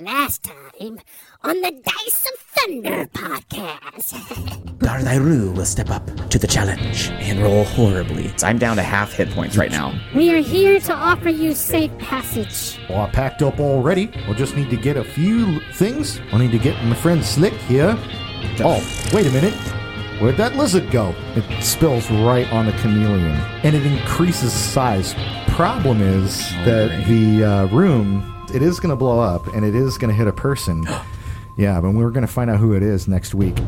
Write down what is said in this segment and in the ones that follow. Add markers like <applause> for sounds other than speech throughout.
Last time on the Dice of Thunder podcast. <laughs> Darnayru will step up to the challenge and roll horribly. I'm down to half hit points right now. we are here to offer you safe passage. Well, I packed up already. We'll just need to get a few things. I need to get my friend Slick here. Oh, wait a minute. Where'd that lizard go? It spills right on the chameleon, and it increases size. Problem is that the uh, room it is going to blow up, and it is going to hit a person. yeah, but we're going to find out who it is next week.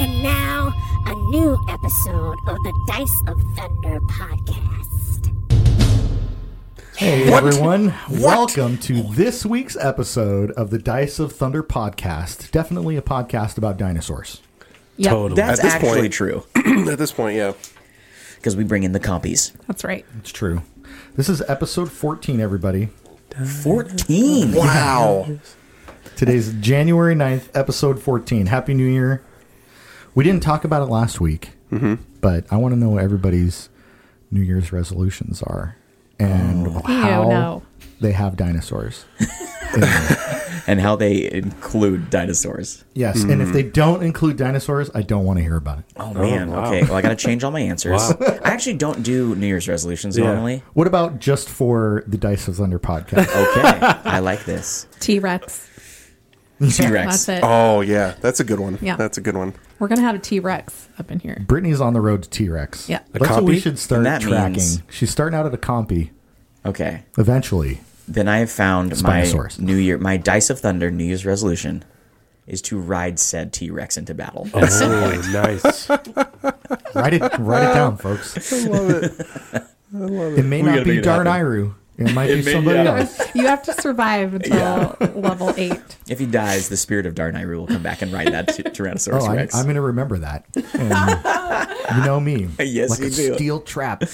And now, a new episode of the Dice of Thunder podcast. Hey everyone, welcome to this week's episode of the Dice of Thunder podcast. Definitely a podcast about dinosaurs. Yep. Totally. That's At this actually point- true <clears throat> At this point, yeah. because we bring in the compies. That's right. It's true. This is episode 14, everybody. 14. Wow. Today's January 9th, episode 14. Happy New Year. We didn't talk about it last week, Mm-hmm. but I want to know what everybody's New Year's resolutions are Oh. and how no. they have dinosaurs. and how they include dinosaurs. Yes, and Mm. if they don't include dinosaurs, I don't want to hear about it. Oh, man. Okay. Well, I got to change all my answers. I actually don't do New Year's resolutions normally. What about just for the Dice of <laughs> Thunder podcast? Okay. I like this. T Rex. T Rex. <laughs> That's it. Oh, yeah. That's a good one. Yeah. That's a good one. We're gonna have a T Rex up in here. Brittany's on the road to T Rex. Yeah. A That's what we compy? should start And that tracking. means- She's starting out at a compy Okay. eventually. Then I have found my Spinosaurus. New Year, my Dice of Thunder New Year's resolution is to ride said T Rex into battle. <laughs> At some point. nice. write it write it down, folks. <laughs> I love it. I love it. It may not be Darnayru. It might be somebody else. You have to <laughs> survive until level eight. If he dies, the spirit of Darnayru will come back and ride that <laughs> t- Tyrannosaurus Oh, I, Rex. I'm going to remember that. And you know me. Yes, like you a do. steel trap.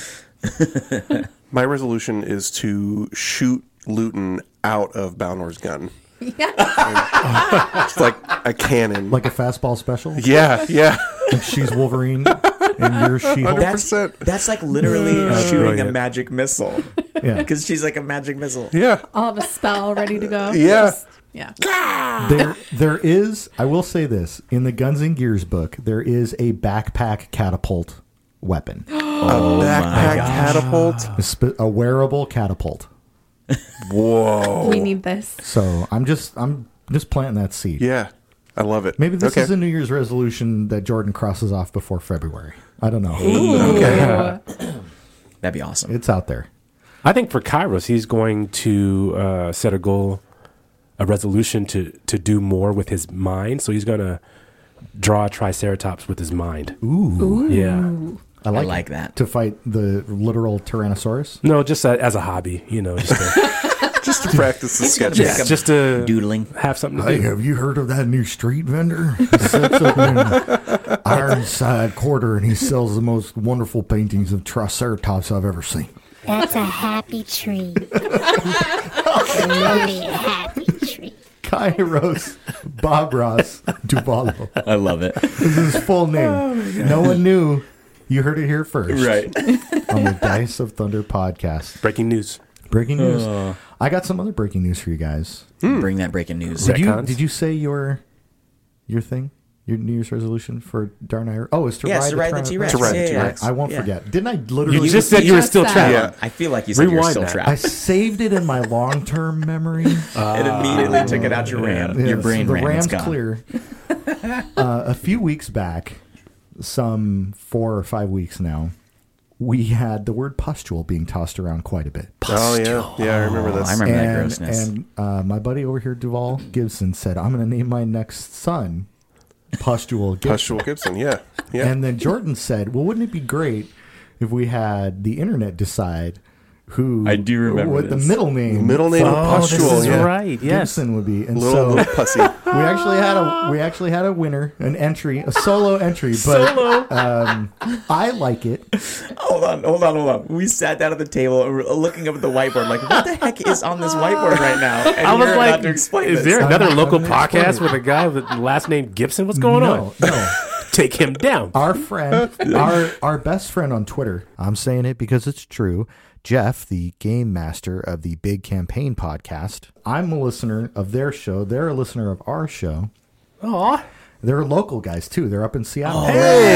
My resolution is to shoot Luton out of Balnor's gun. <laughs> Yeah. It's like a cannon. Like a fastball special. yeah, yeah. And she's Wolverine and you're she Hulk. that's, 100%. that's like literally shooting a brilliant. magic missile <laughs> Yeah. because she's like a magic missile. Yeah. I'll have a spell ready to go. Yeah. Yeah. There, there is, I will say this in the Guns and Gears book, there is a backpack catapult weapon, Oh Backpack catapult. a, sp- a wearable catapult. Whoa. We need this. So I'm just, I'm just planting that seed. Yeah. I love it. Maybe this okay. is a New Year's resolution that Jordan crosses off before February. I don't know. That'd be awesome. It's out there. I think for Kairos, he's going to uh, set a goal, a resolution to to do more with his mind. So he's going to draw a Triceratops with his mind. Ooh, yeah. I like, I like it. that. to fight the literal Tyrannosaurus. No, just a, as a hobby, you know, just to, just to practice the sketches. Jacob just to doodling. have something to do. have you heard of that new street vendor? He sets up in an Ironside Quarter and he sells the most wonderful paintings of Triceratops I've ever seen. That's a happy tree. Really happy tree. <laughs> Kairos Bob Ross Duvalo. I love it. This is his full name. no one knew. You heard it here first. Right. On the Dice of Thunder podcast. Breaking news. Breaking news. I got some other breaking news for you guys. Bring that breaking news. Did you, Retcons? did you say your your thing? Your New Year's resolution for Darn Ire? Oh, it's to Yes, ride to the ride the Tyranno- T-Rex. To ride the Yeah, yeah, yeah. I, I won't Yeah. forget. Didn't I literally? You just said you were just still said- trapped. Yeah. I feel like you said you're Rewind still that. I trapped. saved it in my long term memory. it immediately took it out your RAM. Uh, Your Yes, brain the RAM. ram's it's gone. clear. uh, a few weeks back, some four or five weeks now, we had the word pustule being tossed around quite a bit. Oh, yeah. Yeah, I remember Oh, this. I remember that and grossness. and uh, my buddy over here, Duval Gibson, said, "I'm going to name my next son Pustule Gibson." Hushwell Gibson. Yeah. Yeah. And then Jordan said, "Well, wouldn't it be great if we had the internet decide who I do remember what the this. middle name Middle name of Oh, this Pustule. is Yeah. right. Yes. Gibson would be?" And Little, so <laughs> little pussy. We actually had a we actually had a winner, an entry, a solo entry, but Solo. Um, I like it. Hold on, hold on, hold on. We sat down at the table and were looking up at the whiteboard, like, what the heck is on this whiteboard right <laughs> now? And I was you're like, about to explain is this. <laughs> there another I'm local gonna explain podcast it. with a guy with the last name Gibson? What's going No, on? no. Take him down. Our friend, our our best friend on Twitter. I'm saying it because it's true. Jeff, the game master of the Big Campaign podcast. I'm a listener of their show. They're a listener of our show. Aw. They're local guys too. They're up in Seattle.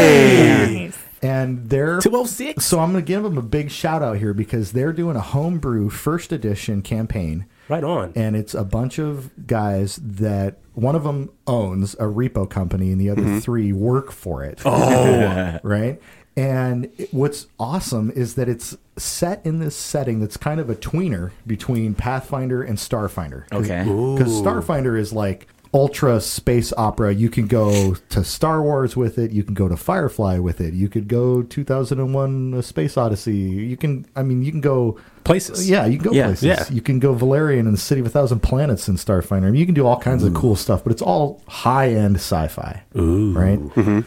Nice. and they're 206. So I'm going to give them a big shout out here because they're doing a homebrew first edition campaign, Right on. and it's a bunch of guys that one of them owns a repo company, and the other three work for it. Oh, <laughs> right. And it- what's awesome is that it's set in this setting that's kind of a tweener between Pathfinder and Starfinder. Okay. Because Starfinder is like ultra space opera. You can go to Star Wars with it. You can go to Firefly with it. You could go 2001: A Space Odyssey. You can, I mean, you can go. Places. Yeah, you can go Yeah, places. yeah. You can go Valerian and the City of a Thousand Planets in Starfinder. I mean, you can do all kinds of cool stuff, but it's all high-end sci-fi, right?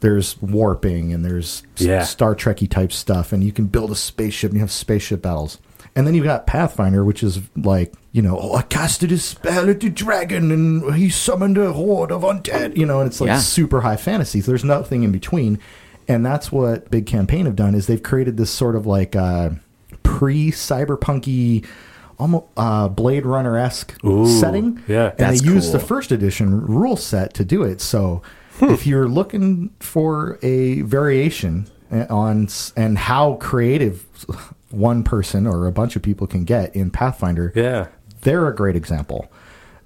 There's warping and there's s- Yeah. Star Trekky type stuff, and you can build a spaceship and you have spaceship battles. And then you've got Pathfinder, which is like, you know, oh, I casted a spell at the dragon and he summoned a horde of undead, you know, and it's like Yeah. super high fantasy. So there's nothing in between. And that's what Big Campaign have done is they've created this sort of like uh, pre-cyberpunky, almost uh, Blade Runner-esque setting. yeah. And That's they used the cool. first edition rule set to do it. So if you're looking for a variation on s- and how creative one person or a bunch of people can get in Pathfinder, Yeah. they're a great example.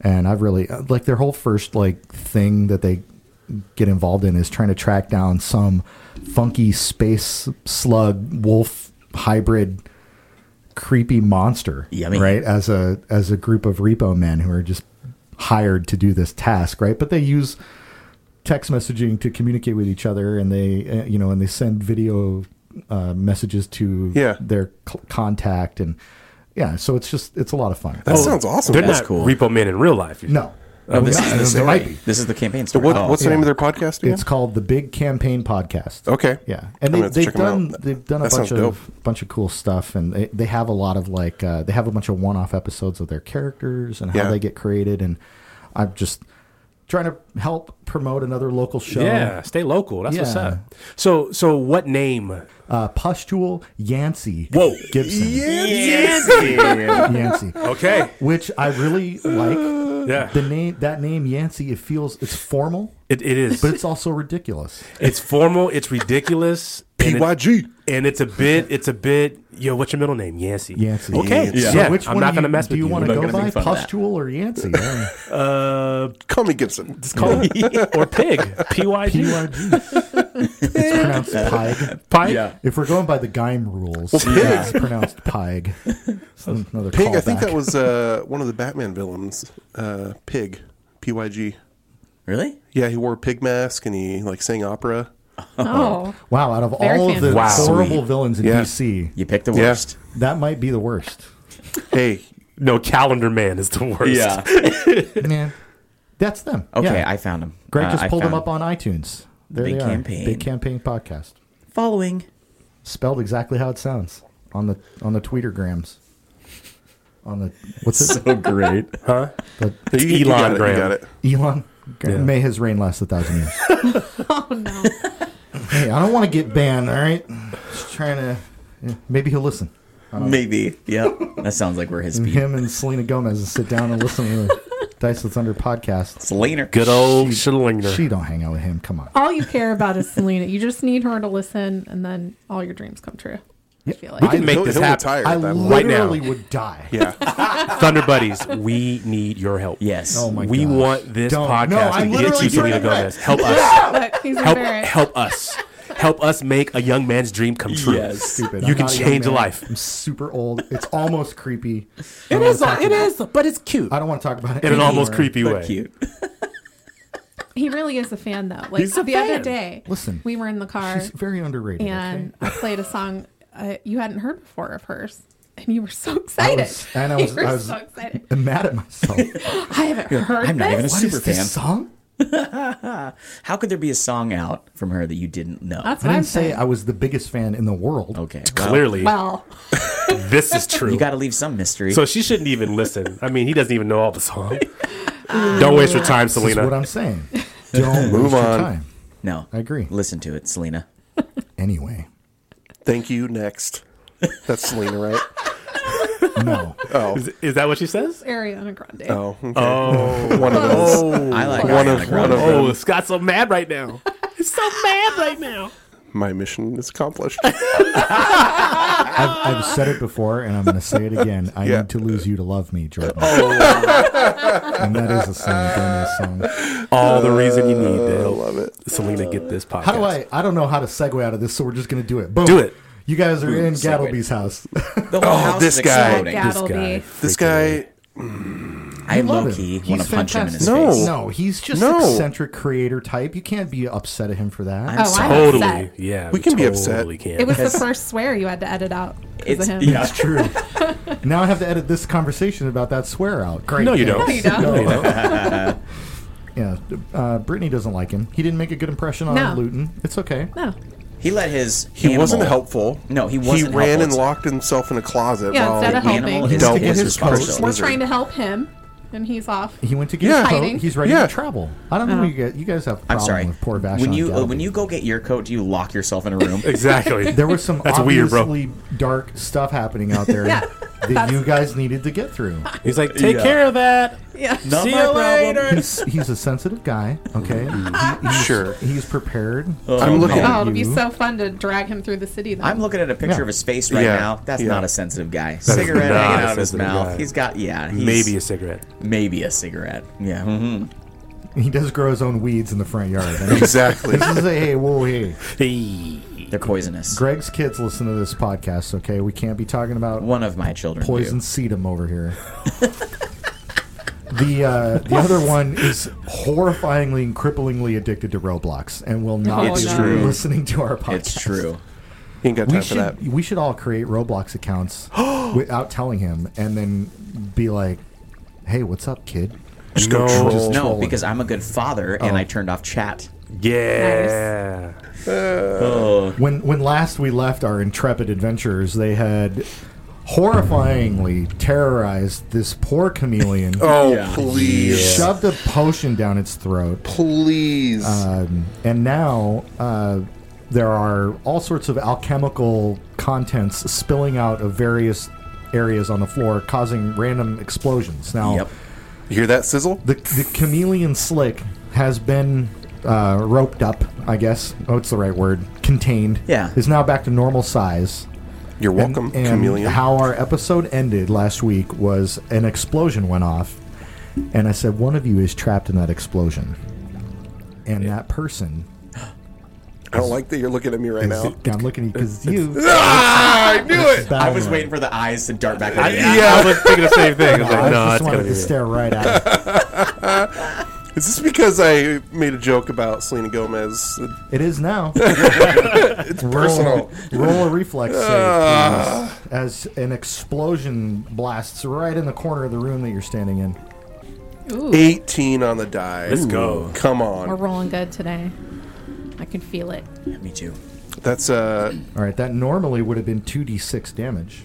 And I've really like their whole first like thing that they get involved in is trying to track down some funky space slug wolf hybrid creepy monster Yummy. right as a as a group of repo men who are just hired to do this task right but they use text messaging to communicate with each other and they uh, you know and they send video uh, messages to Yeah. their cl- contact and yeah so it's just it's a lot of fun Oh, That sounds awesome. They're That's not cool. repo men in real life. no Oh, this, Well, is the there might story. be. this is the campaign So story. what, Oh. what's the yeah. name of their podcast again? it's called the big campaign podcast okay. yeah, and they, I'm gonna have to they've check 'em done out. they've done a That bunch sounds of dope. bunch of cool stuff, and they, they have a lot of like uh, they have a bunch of one off episodes of their characters and how Yeah. they get created, and I'm just trying to help promote another local show. Yeah, stay local. That's what's Yeah. up. So, so what name? uh, Pustule Yancey. Whoa. Gibson <laughs> Yes. <laughs> Yancey, <laughs> Okay. which I really like Yeah. the name. That name Yancey, it feels it's formal, It, it is. but it's also ridiculous. it's formal. It's ridiculous. and it's- PYG. And it's a bit. It's a bit. Yo, what's your middle name? Yancey. Yancey. Okay. Yancey. Yeah. So which I'm one not do gonna you- mess do with you you. want to not go gonna by make fun of that. Pustule or Yancey? I don't know. Uh, Call me Gibson. Just call <laughs> or pig. P Y G. PYG. it's pronounced Pig. Pig. Yeah. If we're going by the Gaim rules, pig. it's pronounced Pig. It's another Pig. I callback. think that was uh, one of the Batman villains. Uh, Pig. PYG. really? Yeah, he wore a pig mask and he like sang opera. Oh. Wow, out of Very all of the fancy. Wow. horrible villains in Yeah. DC, You picked the Yeah. worst. that might be the worst. Hey, No, Calendar Man is the <laughs> worst. Man, that's them. Okay, Yeah. I found him. Greg Uh, just I pulled them found up on iTunes. There Big they are. Campaign. Big campaign podcast, following. spelled exactly how it sounds on the on the Twittergrams. On the what's it? <laughs> So great. Huh? you, you Elon got it, Graham. You got it. Elon, Yeah. may his reign last a thousand <laughs> years. Oh, no. Hey, I don't want to get banned. All right, just trying to. yeah, maybe he'll listen. Maybe. <laughs> Yep. That sounds like we're his speed. Him and Selena Gomez and sit down and listen to the Dice with Thunder podcast. Slater. Good old Schlinger. She don't hang out with him. Come on. <laughs> All you care about is Selena. You just need her to listen, and then all your dreams come true. I feel like. We can make He'll, this he'll happen. retire I at that point. Right now. literally would die. Yeah. Thunder Buddies, we need your help. Yes. Oh my we gosh. want this Don't. podcast No, I'm to get literally you Selena doing it. Gomez. Help us. Look, he's help embarrassed. help us. Help us make a young man's dream come true. Yes. Stupid. You I'm can not young change a man. life. I'm super old. <laughs> It's almost creepy. It is. uh, It is. But it's cute. I don't want to talk about it. In an anymore. almost creepy But way. cute. He really is a fan, though. Like He's a the fan. other day, Listen, we were in the car, She's very underrated. and I played a song uh, you hadn't heard before of hers. and you were so excited. was- and I was- <laughs> you were I was- so excited. I'm mad at myself. what I haven't heard I'm not even a this. super is this fan. song? <laughs> How could there be a song out from her that you didn't know? That's I what I'm didn't say saying. I was the biggest fan in the world. Oh, okay. well, Clearly, well, this <laughs> is true. you got to leave some mystery. so she shouldn't even listen. I mean, he doesn't even know all the <laughs> songs. Don't waste your time, This is what Selena. I'm saying. Don't move waste your on. time. no. I agree. Listen to it, Selena. Anyway, Thank you. Next. That's Selena, right? no. Is, is that what <laughs> she says? Ariana Grande. Oh, okay. oh, one of those. Oh, I like One Ariana of- Grande. one of- oh, Scott's so mad right now. He's so mad right <laughs> now. My mission is accomplished. I've, I've said it before, and I'm going to say it again. I Yeah. need to lose you to love me, Jordan. <laughs> and that is a song from this song. All the reason you need to I help love it. Selena get this podcast. How do I? I don't know how to segue out of this, so we're just going to do it. Boom. Do it. You guys are in segue. Gattleby's house. The whole house this is guy. exploding. Gattleby. This guy. I <laughs> Love low him. key He's want to punch him in his fantastic. face. No, he's just No. eccentric creator type. You can't be upset at him for that. Oh, I'm Totally. upset. Yeah. We can be totally upset. Can. It was the Because- first swear you had to edit out. 'cause of It's- him. yeah. That's true. now I have to edit this conversation about that swear out. Great. no, you don't. you don't. No, you don't. Yeah. Uh, Brittany doesn't like him. He didn't make a good impression on No. Luton. It's okay. No. He let his He animal- wasn't helpful. No, he He wasn't. ran helpful. and locked himself in a closet Yeah, instead while of <laughs> he helping. Animal is dealt His with his coat. partial We're We're lizard. trying to help him, and he's off. He went to get Yeah. his coat. Hiding. Oh. He's ready Yeah. to travel. I don't know. You guys, you guys have a I'm problem sorry. with poor Vashon. when you uh, Galbi. when you go get your coat, do you lock yourself in a room? exactly. there was some That's weird, bro. obviously dark stuff happening out there <laughs> Yeah. that you guys needed to get <laughs> through. He's like, take care of that. Yeah. Not See my you problem. later. He's he's a sensitive guy. Okay, He- he's, <laughs> Sure. he's prepared. I'm looking. Oh, it'd be You. so fun to drag him through the city. Then. I'm looking at a picture Yeah. of his face right Yeah. now. That's Yeah. not a sensive guy. is cigarette not hanging a out of his sensitive mouth. guy. He's got yeah. He's, Maybe a cigarette. maybe a cigarette. Yeah. mhm. He does grow his own weeds in the front yard. I mean, Exactly. this is a hey, whoa, hey. Hey. They're poisonous. Greg's kids listen to this podcast. Okay, we can't be talking about One of my children. do. poison sedum over here. the uh, the other one is horrifyingly and cripplingly addicted to Roblox and will not It's be true. listening to our podcast. It's true. He ain't got We time for that. should we should all create Roblox accounts without telling him, and then be like, "Hey, what's up, kid?" no. troll. No, Trolling. because I'm a good father and I turned off chat. Yeah. When when last we left our intrepid adventurers, they had horrifyingly terrorized this poor chameleon, Oh, please. shoved a potion down its throat, Please. Um, and now uh, there are all sorts of alchemical contents spilling out of various areas on the floor, causing random explosions. Now, Yep. you hear that sizzle? the, the chameleon slick has been uh, roped up, I guess. Oh, it's the right word. Contained. Yeah. Is now back to normal size. You're welcome, And, and chameleon. how our episode ended last week was an explosion went off, and I said one of you is trapped in that explosion, and that person I don't like that you're looking at me right now. Yeah, I'm looking at you because <laughs> you. ah, I knew it. I was waiting for the eyes to dart back. I, Yeah, I was thinking the same thing. I was like, no, I it's just gonna wanted be to it. stare right <laughs> at it. Is this because I made a joke about Selena Gomez? It is now. <laughs> it's personal. Ah. Roll, a reflex save, please, as an explosion blasts right in the corner of the room that you're standing in. Ooh, 18 on the die. Let's go. Come we're on. rolling good today. I can feel it. Me too. That's uh All right, that normally would have been 2d6 damage.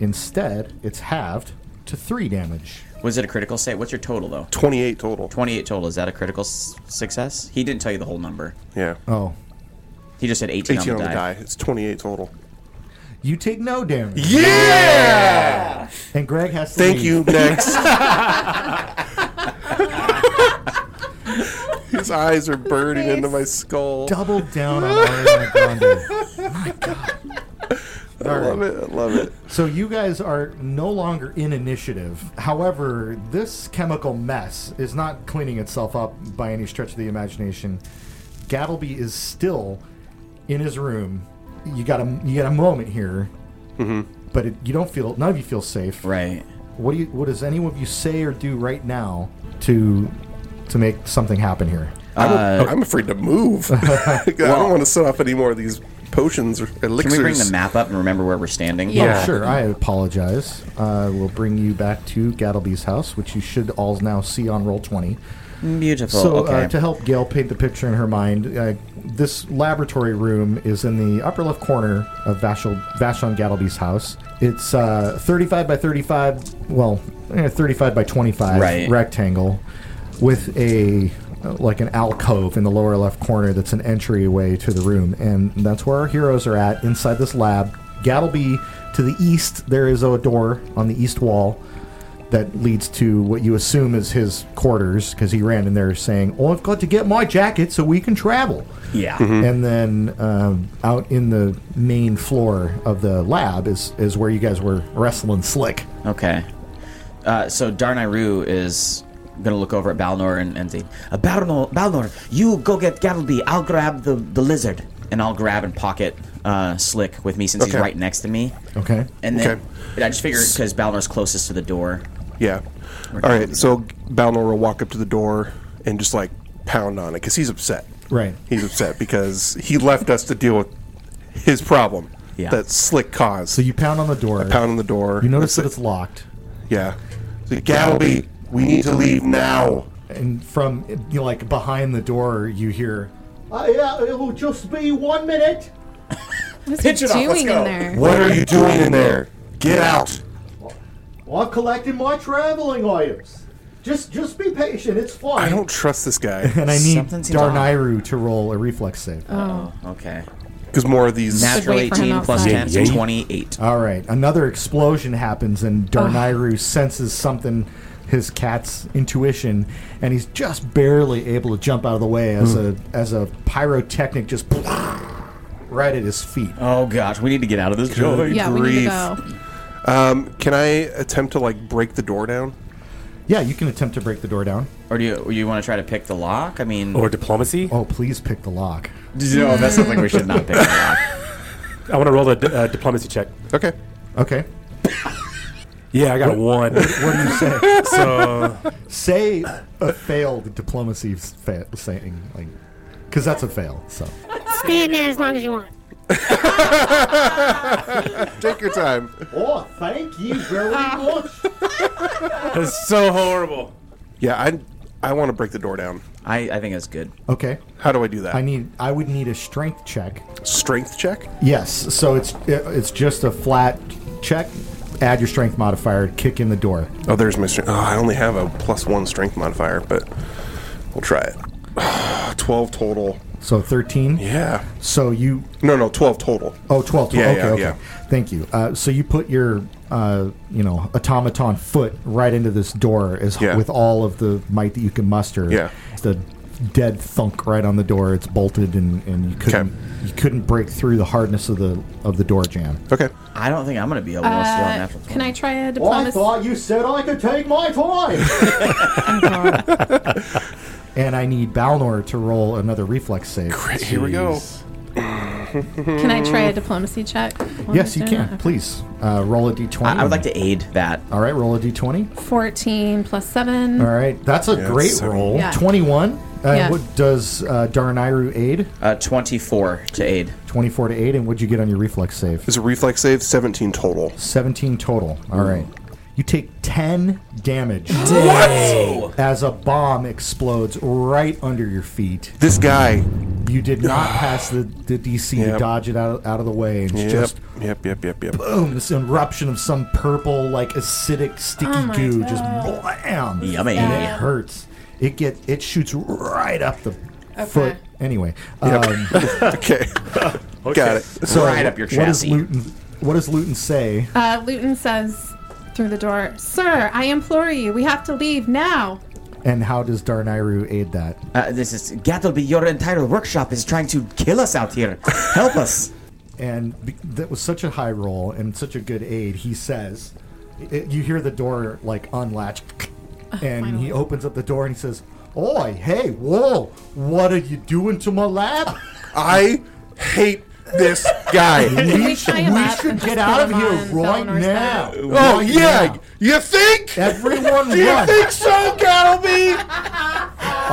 Instead, it's halved to 3 damage. Was it a critical save? What's your total though? 28 total. 28 total. Is that a critical s- success? He didn't tell you the whole number. Yeah. Oh. He just said 18, 18 on the die. It's 28 total. You take no <laughs> damage. Yeah! And Greg has to Thank leave. <laughs> you. Next. His eyes are burning into my skull. Double down on Ariana Grande. I love it. I love it. So you guys are no longer in initiative. However, this chemical mess is not cleaning itself up by any stretch of the imagination. Gattleby is still in his room. You got a you got a moment here, but it, you don't feel none of you feel safe. Right. What do you? What does any of you say or do right now to to make something happen here? I'm, Uh, I'm afraid <laughs> to move. <laughs> I don't want to set off any more of these potions or elixirs. Can we bring the map up and remember where we're standing? Oh, sure. I apologize. I will bring you back to Gattleby's house, which you should all now see on roll 20. Oh, Beautiful. So, okay. uh, to help Gail paint the picture in her mind, uh, this laboratory room is in the upper left corner of Vashel, Vashon Gattleby's house. It's uh, 35 by 35, well, eh, 35 by 25 Right. rectangle with a uh, like an alcove in the lower left corner that's an entryway to the room and that's where our heroes are at inside this lab gattleby to the east there is a door on the east wall that leads to what you assume is his quarters because he ran in there saying, "Oh, I've got to get my jacket so we can travel." yeah. Mm-hmm. And then um, out in the main floor of the lab is is where you guys were wrestling slick. Okay. Uh, so Darnayru is gonna look over at Balnor and, and say, uh, Balnor, Balnor, you go get Gattleby. I'll grab the, the lizard, and I'll grab and pocket uh, Slick with me since he's Okay. right next to me. Okay. And then Okay. I just figured because Balnor's closest to the door. Yeah. All right. So Balnor will walk up to the door and just like pound on it because he's upset. Right. He's upset because he left us to deal with his problem. Yeah. That slick cause. So you pound on the door. pound on the door. You notice that That's it's locked, it. yeah. So, Gattleby, we need to leave now. and from you know, like behind the door, you hear, uh, "Yeah, it will just be one minute." What is he it off, doing let's in go. there? What are you doing in there? Get out. I've collected my traveling items. Just, just be patient. It's fine. I don't trust this guy <laughs> and I need Something seems off. Darnayru to roll a reflex save. Okay. because more of these. Natural wait for him 18 plus outside. 10, so Yeah, yeah. 28. All right, another explosion happens, and Darnayru senses something, his cat's intuition, and he's just barely able to jump out of the way as Hmm. a as a pyrotechnic just <laughs> right at his feet. Oh gosh, we need to get out of this joint. Yeah, we need to grief. go. Um, can I attempt to like break the door down? Yeah, you can attempt to break the door down. Or do you, you want to try to pick the lock? I mean, Or diplomacy? Oh, please pick the lock. no, that sounds like we should not pick the lock. I want to roll a di- uh, diplomacy check. Okay. Okay, Yeah, I got a <laughs> what one. do you say? so say a failed diplomacy s- fa- saying, like, because that's a fail. So Stay in there as long as you want. Take your time. oh, thank you very much. that's so horrible. Yeah, I I want to break the door down. I, I think that's good. <laughs> Okay, How do I do that? I need. I would need a strength check Strength check. Yes. So it's it's just a flat check. Add your strength modifier. Kick in the door. Oh, there's my strength. Oh, I only have a plus one strength modifier, but we'll try it. <sighs> Twelve total. So thirteen. Yeah. So you No, no, twelve total. oh 12, 12 Yeah, okay yeah, okay yeah. thank you uh, so you put your uh, you know automaton foot right into this door as Yeah. with all of the might that you can muster Yeah. it's a dead thunk right on the door it's bolted and, and you couldn't you couldn't break through the hardness of the of the door jam Okay. I don't think I'm going to be able to steal an Uh, after can I try a diplomacy? you said I could take my time. <laughs> and I need Balnor to roll another reflex save. Here we go. Can I try a diplomacy check? while Mm. Yes, he's you doing can. that? Please uh, roll a d20. I, I would like to aid that. All right, roll a d20. Fourteen plus seven. All right, that's a great seven. roll. Yeah. 21. Uh, Yeah. What does uh, Darnayru aid? Uh, 24 to aid. 24 to 8. And what'd you get on your reflex save? It's a reflex save. Seventeen total. 17 total. All right. You take 10 damage <gasps> as a bomb explodes right under your feet. This guy. You <sighs> did not pass the, the DC to Yep. dodge it out, out of the way. And it's Yep. just Yep. Yep. Yep. Yep. boom, this eruption of some purple, like acidic, sticky Oh my goo just God. blam. Yummy. And it hurts. It get it shoots right up the foot. Anyway, um, okay. Got it. so Right up your what does chassis. Luton? What does Luton say? Uh, Luton says through the door, "Sir, I implore you, we have to leave now." And how does Darnayru aid that? Uh, this is Gattleby. Your entire workshop is trying to kill us out here. Help <laughs> us. and be- that was such a high roll and such a good aid. He says, it, you hear the door like unlatch, <clears throat> Uh, and he opens up the door and he says, "Oi, hey, whoa, what are you doing to my <laughs> lab? I hate this guy. <laughs> we We tie should, him we up should and get just out put of him here right on Balnor's now. back? oh Right yeah. now. You <laughs> think? Everyone Do you run. think so, Gattleby?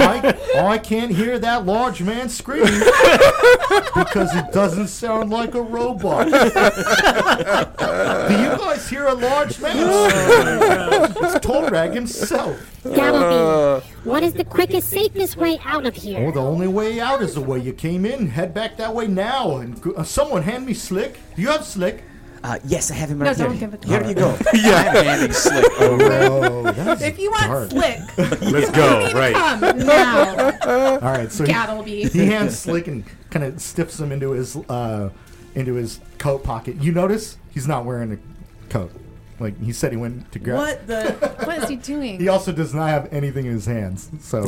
I, I can't hear that large man scream because it doesn't sound like a robot. Do you guys hear a large man? scream? it's Torag himself. Gattleby, what is the quickest, safest way out of Well, here? Oh, the only way out is the way you came in. Head back that way now, and go, uh, someone hand me Slick. Do you have Slick? Uh, yes, I have him No, right here. don't give it to Here her. you <laughs> go. yeah. I'm handing Slick over. Oh, that's If you want Darn. <laughs> slick, Let's <laughs> go. Right. come now, all right. So he- <laughs> Gattleby. he hands Slick and kind of stiffs him into his uh, into his coat pocket. You notice he's not wearing a coat. Like he said, he went to grab. What the? <laughs> What is he doing? He also does not have anything in his hands. So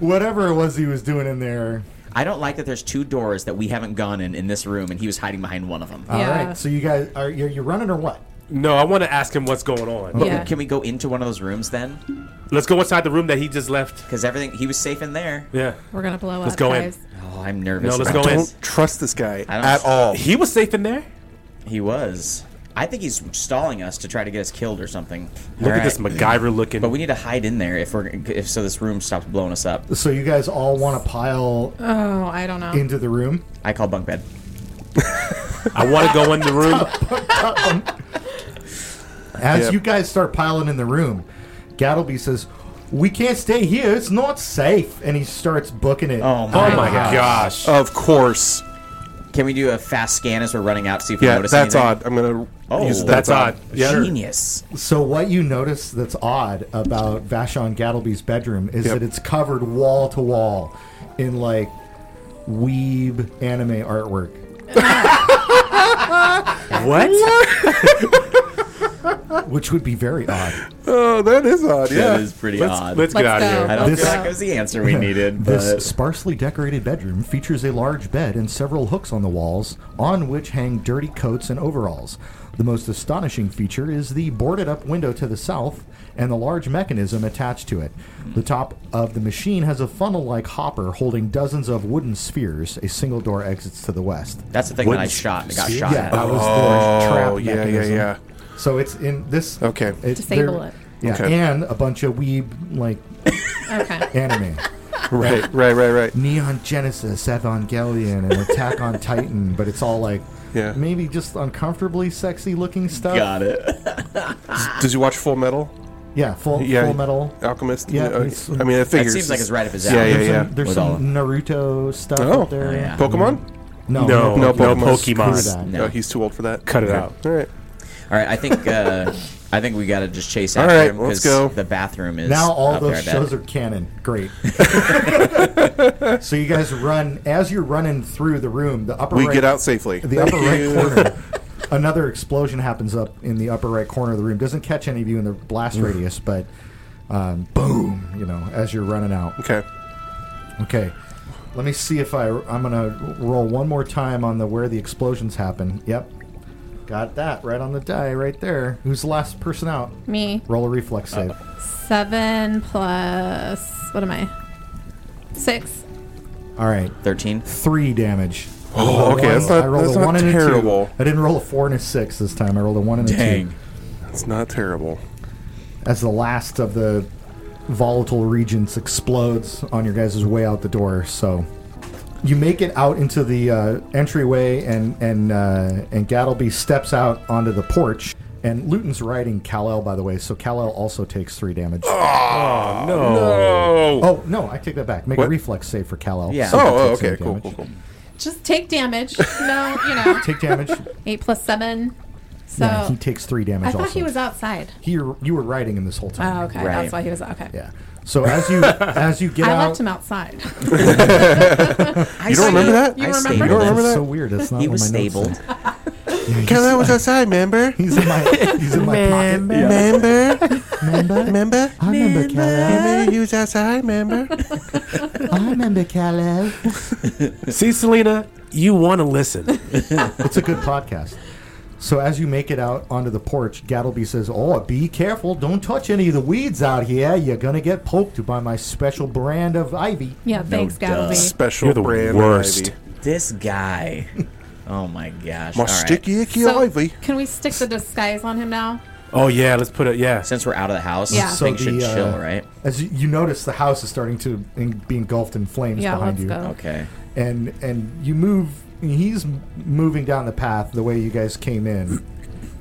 whatever it was he was doing in there. I don't like that there's two doors that we haven't gone in in this room, and he was hiding behind one of them. All Yeah. right. So you guys are you you running or what? No, I want to ask him what's going on. Yeah. Can we go into one of those rooms then? Let's go inside the room that he just left. Because everything he was safe in there. Yeah. We're gonna blow Let's up, go in. guys. Oh, I'm nervous. No, let's about go in. this. Don't trust this guy don't- at all. He was safe in there? He was. I think he's stalling us to try to get us killed or something. Look at this MacGyver looking. But we need to hide in there if we're if so this room stops blowing us up. So you guys all want to pile Oh, I don't know. into the room. I call bunk bed. I want to go in <laughs> the room. As Yep. you guys start piling in the room, Gattleby says, "We can't stay here. It's not safe." And he starts booking it. Oh Oh my! my gosh. Of course. Can we do a fast scan as we're running out? See if we Yeah, notice that's anything? odd. I'm gonna Oh, use that. That's odd. Yeah. Genius. So what you notice that's odd about Vashon Gattleby's bedroom is Yep. that it's covered wall to wall in like weeb anime artwork. What? Which would be very odd. Oh, that is odd. Yeah. That is pretty odd. Let's, let's get Let's out of go. here. I don't This- feel like it was the answer <laughs> we needed. But This sparsely decorated bedroom features a large bed and several hooks on the walls, on which hang dirty coats and overalls. The most astonishing feature is the boarded up window to the south and the large mechanism attached to it. The top of the machine has a funnel like hopper holding dozens of wooden spheres. A single door exits to the west. that's the thing that I Wouldn't- shot. and got See? shot. Yeah, at. that was the trap Ah, Oh, yeah, yeah, mechanism. yeah. So it's in this. Okay. it- Disable there- it. Yeah, Okay. and a bunch of weeb like <laughs> Okay. anime. <laughs> Right, right, <laughs> right, right. Neon Genesis, Evangelion, and Attack on Titan, but it's all like Yeah. maybe just uncomfortably sexy looking stuff. Got <laughs> it. Did you watch Full Metal Yeah, full Yeah. full metal. Alchemist? Yeah, Uh, it's- I mean, it figures. seems like it's right up his Yeah, alley. yeah, There's yeah. some, there's With all of some Naruto stuff Oh. up there. Oh, yeah. Pokemon? No, No, No no Pokemon. Pokemon. Screw that. No. No, he's too old for that. Cut it Okay. out. All right. All right, I think uh, I think we got to just chase All after right, him let's 'cause go. The bathroom is Now all up those there, I bet. shows are canon. <laughs> Great. so you guys run as you're running through the room. The upper We right, get out safely. The upper right corner. Another explosion happens up in the upper right corner of the room. Doesn't catch any of you in the Mm. blast radius, but um, boom! You know, as you're running out. <laughs> Okay. Okay. Let me see if I. I'm gonna roll one more time on the where the explosions happen. Yep. Got that right on the die right there. Who's the last person out? Me Roll a reflex save. Uh. seven plus. What am I? Six. All right, Thirteen. three damage. Oh, okay. That's not, I rolled that's a not one and a terrible. two. I didn't roll a four and a six this time. I rolled a one and a two. It's not terrible. As the last of the volatile regents explodes on your guys' way out the door, so you make it out into the uh, entryway, and and uh, and Gattleby steps out onto the porch. And Luton's riding Kal-El, by the way, so Kal-El also takes three damage. Oh, No. no, I take that back. Make a Ah, What? reflex save for Kal-El. Yeah. he Oh, oh, takes okay. eight Cool, damage. cool, cool. Just <laughs> take damage. No, you know, Take <laughs> damage. eight plus seven. So yeah, he takes three damage. I thought also. he was outside. He, you were riding him this whole time. Oh, okay. Right. That's why he was okay. Yeah. So as <laughs> you as you get I out, left him outside. <laughs> You don't remember that? You I remember? stabled You don't him. That's remember that? so weird. That's not He what was Oh, my notes stabled. said. <laughs> Kella was outside, remember? He's in my he's in my pocket. <laughs> Remember? Remember? Remember? I remember Kal-El. Remember he was outside, remember? I remember Kal-El. <laughs> See, Selena, you want to listen. It's a good podcast. So as you make it out onto the porch, Gattleby says, "Oh, be careful! Don't touch any of the weeds out here. You're gonna get poked by my special brand of ivy." Yeah, thanks, duh. Gattleby. Special You're the brand worst. Ivy. This guy. Oh my gosh. My All right. sticky icky So, ivy. Can we stick the disguise on him now? Oh yeah, let's put it. Yeah, Since we're out of the house, Yeah. things So should uh, chill, right? As you, you notice, the house is starting to en- be engulfed in flames Yeah, behind let's you. go. Okay. and and you move he's moving down the path the way you guys came in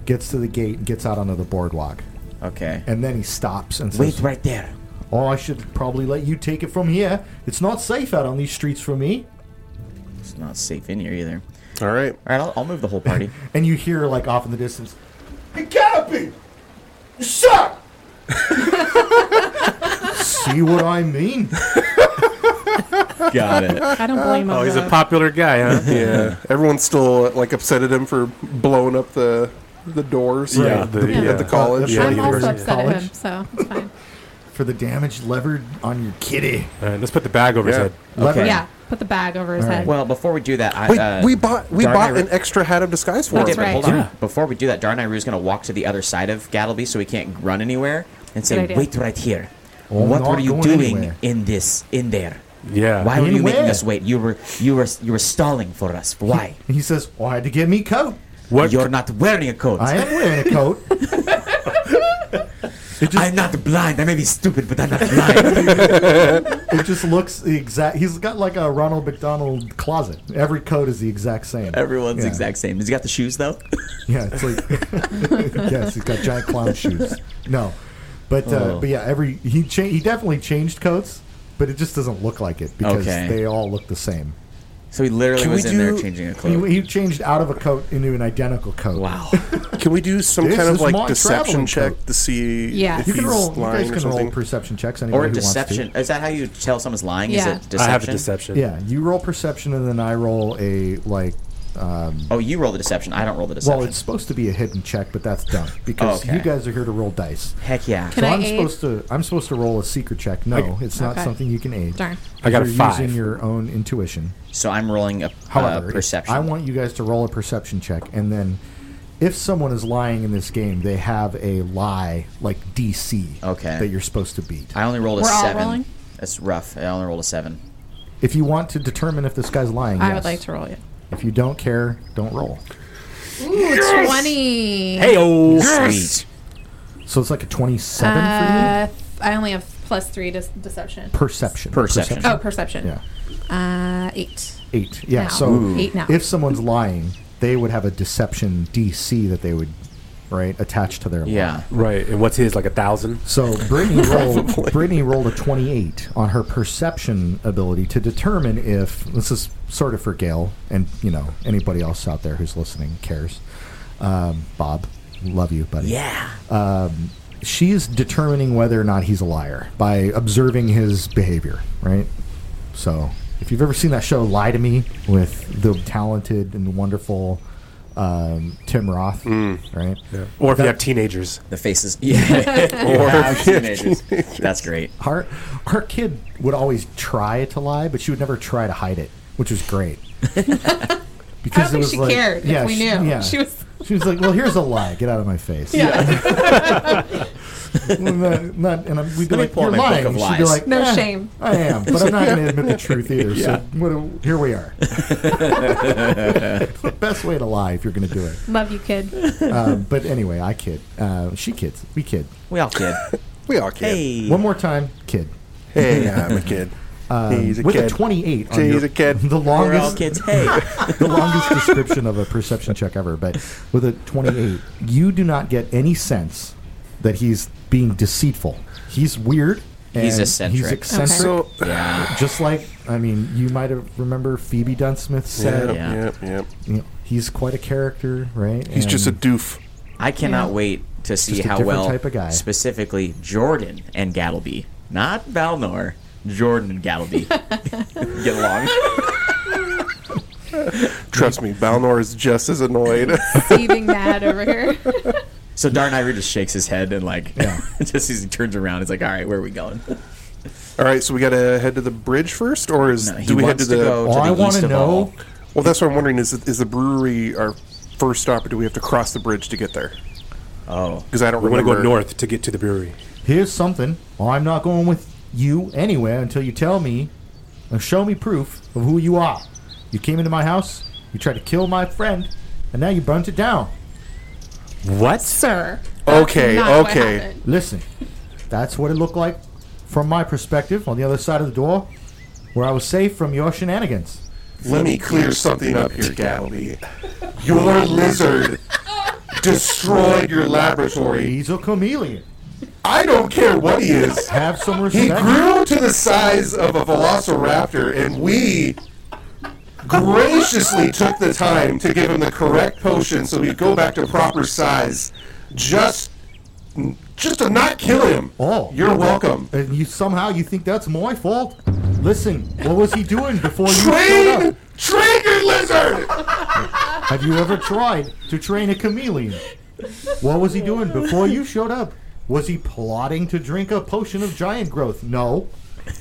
gets to the gate and gets out onto the boardwalk Okay. and then he stops and says Wait right there. oh i should probably let you take it from here it's not safe out on these streets for me It's not safe in here either. All right. All right, I'll, I'll move the whole party. and you hear like off in the distance hey canopy you suck <laughs> see what i mean Got it. I don't blame him. Oh, he's a though. popular guy, huh? Yeah. Everyone's still like upset at him for blowing up the the doors. Yeah, at the- the, yeah. At the college. Yeah, I'm you also were- upset at him, college. so it's fine. for the damage levered on your kitty All right, let's put the bag over his Yeah. head. Levered- Okay. Yeah, put the bag over his head. Well, before we do that, I, Wait, uh, we bought we Darn bought Iru- an extra hat of disguise for That's him. right. Hold on. Yeah. Before we do that, Darn Iru's going to walk to the other side of Gattleby so he can't run anywhere and say, Good idea. "Wait right here. Well, I'm what not were you going doing anywhere." in this in there? Yeah. Why were In you making where? us wait? You were you were you were stalling for us. Why? and he says well, i had to get me coat What? You're not wearing a coat. i am wearing a coat I'm not blind. I may be stupid, but I'm not blind. It just looks the exact. He's got like a Ronald McDonald closet. Every coat is the exact same. Everyone's Yeah. exact same. He's got the shoes though. <laughs> Yeah, it's like <laughs> yes, he's got giant clown shoes. No, but uh, Oh. but yeah, every he cha- he definitely changed coats, but it just doesn't look like it because Okay. they all look the same. So he literally Can we was in there do- changing a cloak. He, he changed out of a coat into an identical <laughs> coat. wow. Can we do some This kind is of my like traveling deception check coat. to see Yeah. if You he's can roll. You lying guys or can roll something? perception checks. Anybody Or a who wants to. deception. Is that how you tell someone's lying? Yeah. Is it deception? I have a deception. Yeah, you roll perception, and then I roll a like Oh, you roll the deception. I don't roll the deception. Well, it's supposed to be a hidden check, but that's done because Okay. you guys are here to roll dice. Heck yeah. Can so I I'm aid? supposed to I'm supposed to roll a secret check. No, it's not Okay. something you can aid. Darn. I got a You're five. using your own intuition. So I'm rolling a However, uh, perception. I want you guys to roll a perception check, and then if someone is lying in this game, they have a lie like DC Okay. that you're supposed to beat. I only rolled a We're all seven. rolling? That's rough. I only rolled a seven. If you want to determine if this guy's lying, I yes. would like to roll it. If you don't care, don't roll. Twenty. Hey, oh. Sweet. So it's like a 27 for you. Uh, I only have plus three dis- deception. Perception. Perception. oh, perception. Yeah. Uh, eight. Eight. Yeah. Now. So Ooh. Eight now. if someone's lying, they would have a deception DC that they would, right, attach to their lie. Yeah. Right. And what's his? Like a thousand? So Brittany rolled Brittany rolled a twenty eight on her perception ability to determine if this is sort of for Gail and you know anybody else out there who's listening cares. Um, Bob, love you, buddy. Yeah. She's determining whether or not he's a liar by observing his behavior, right? So if you've ever seen that show Lie to Me with the talented and wonderful um, Tim Roth, right? Or if you have teenagers. The faces. <laughs> Yeah. Yeah, teenagers. That's great. Our, our kid would always try to lie, but she would never try to hide it, which was <laughs> great. I Because don't think she cared if we she- knew. yeah. She was. She was like, "Well, here's a lie. Get out of my face." Yeah. <laughs> And, uh, not- and I'm- we'd be Let me like, pull "You're out my book of lying." She'd be lies. like, No "Eh, shame. I am, but I'm not going to admit the truth either. <laughs> So what, do- here we <laughs> are. Best way to lie if you're going to do it. Love you, kid. Um, but anyway, I kid. Uh, she kids. We kid. We all kid. We all kid. Hey, Hey. One more time, kid. I'm a <laughs> kid. he's a Um, With kid. a 28 on She's your- a kid. <laughs> the We're all longest kids. Hey. the longest description of a perception check ever, but with a 28, you do not get any sense that he's being deceitful. He's weird. And He's eccentric. He's eccentric. So Just like, I mean, you might have remember Phoebe Dunsmith said, yep, Yeah. yep, yep. you know, he's quite a character, right? He's just a And doof. I cannot Yeah. wait to see just a how different well, type of guy. specifically Jordan and Gattleby, not Valnor, Jordan and <laughs> Gattleby get along. Trust me, Balnor is just <laughs> as annoyed. <laughs> Seething mad over here. So Darn Iru just shakes his head and like, Yeah. <laughs> just as he turns around, he's like, "All right, where are we going?" All right, so we gotta head to the bridge first, or is No, he do we head wants to the? to go All I to the wanna east of know- all. Well, that's what I'm wondering. Is is the brewery our first stop, or do we have to cross the bridge to get there? Oh, Because I don't We're going remember. to go north to get to the brewery. Here's something. I'm not going with you anywhere until you tell me and show me proof of who you are. You came into my house, you tried to kill my friend, and now you burnt it down. What? Sir. Okay, Not what okay. happened. Listen, that's what it looked like from my perspective on the other side of the door, where I was safe from your shenanigans. Let me clear something up here, Gattleby. <laughs> Your lizard destroyed your laboratory. He's a chameleon. I don't care what he is. Have some He respect. grew to the size of a velociraptor, and we graciously took the time to give him the correct potion so he'd go back to proper size. Just, just to not kill him. Oh. you're welcome. and you somehow you think that's my fault? Listen, what was he doing Oh, before you showed up? Train, train your lizard. Have you ever tried to train a chameleon? What was he doing before you showed up? Was he plotting to drink a potion of giant growth? No.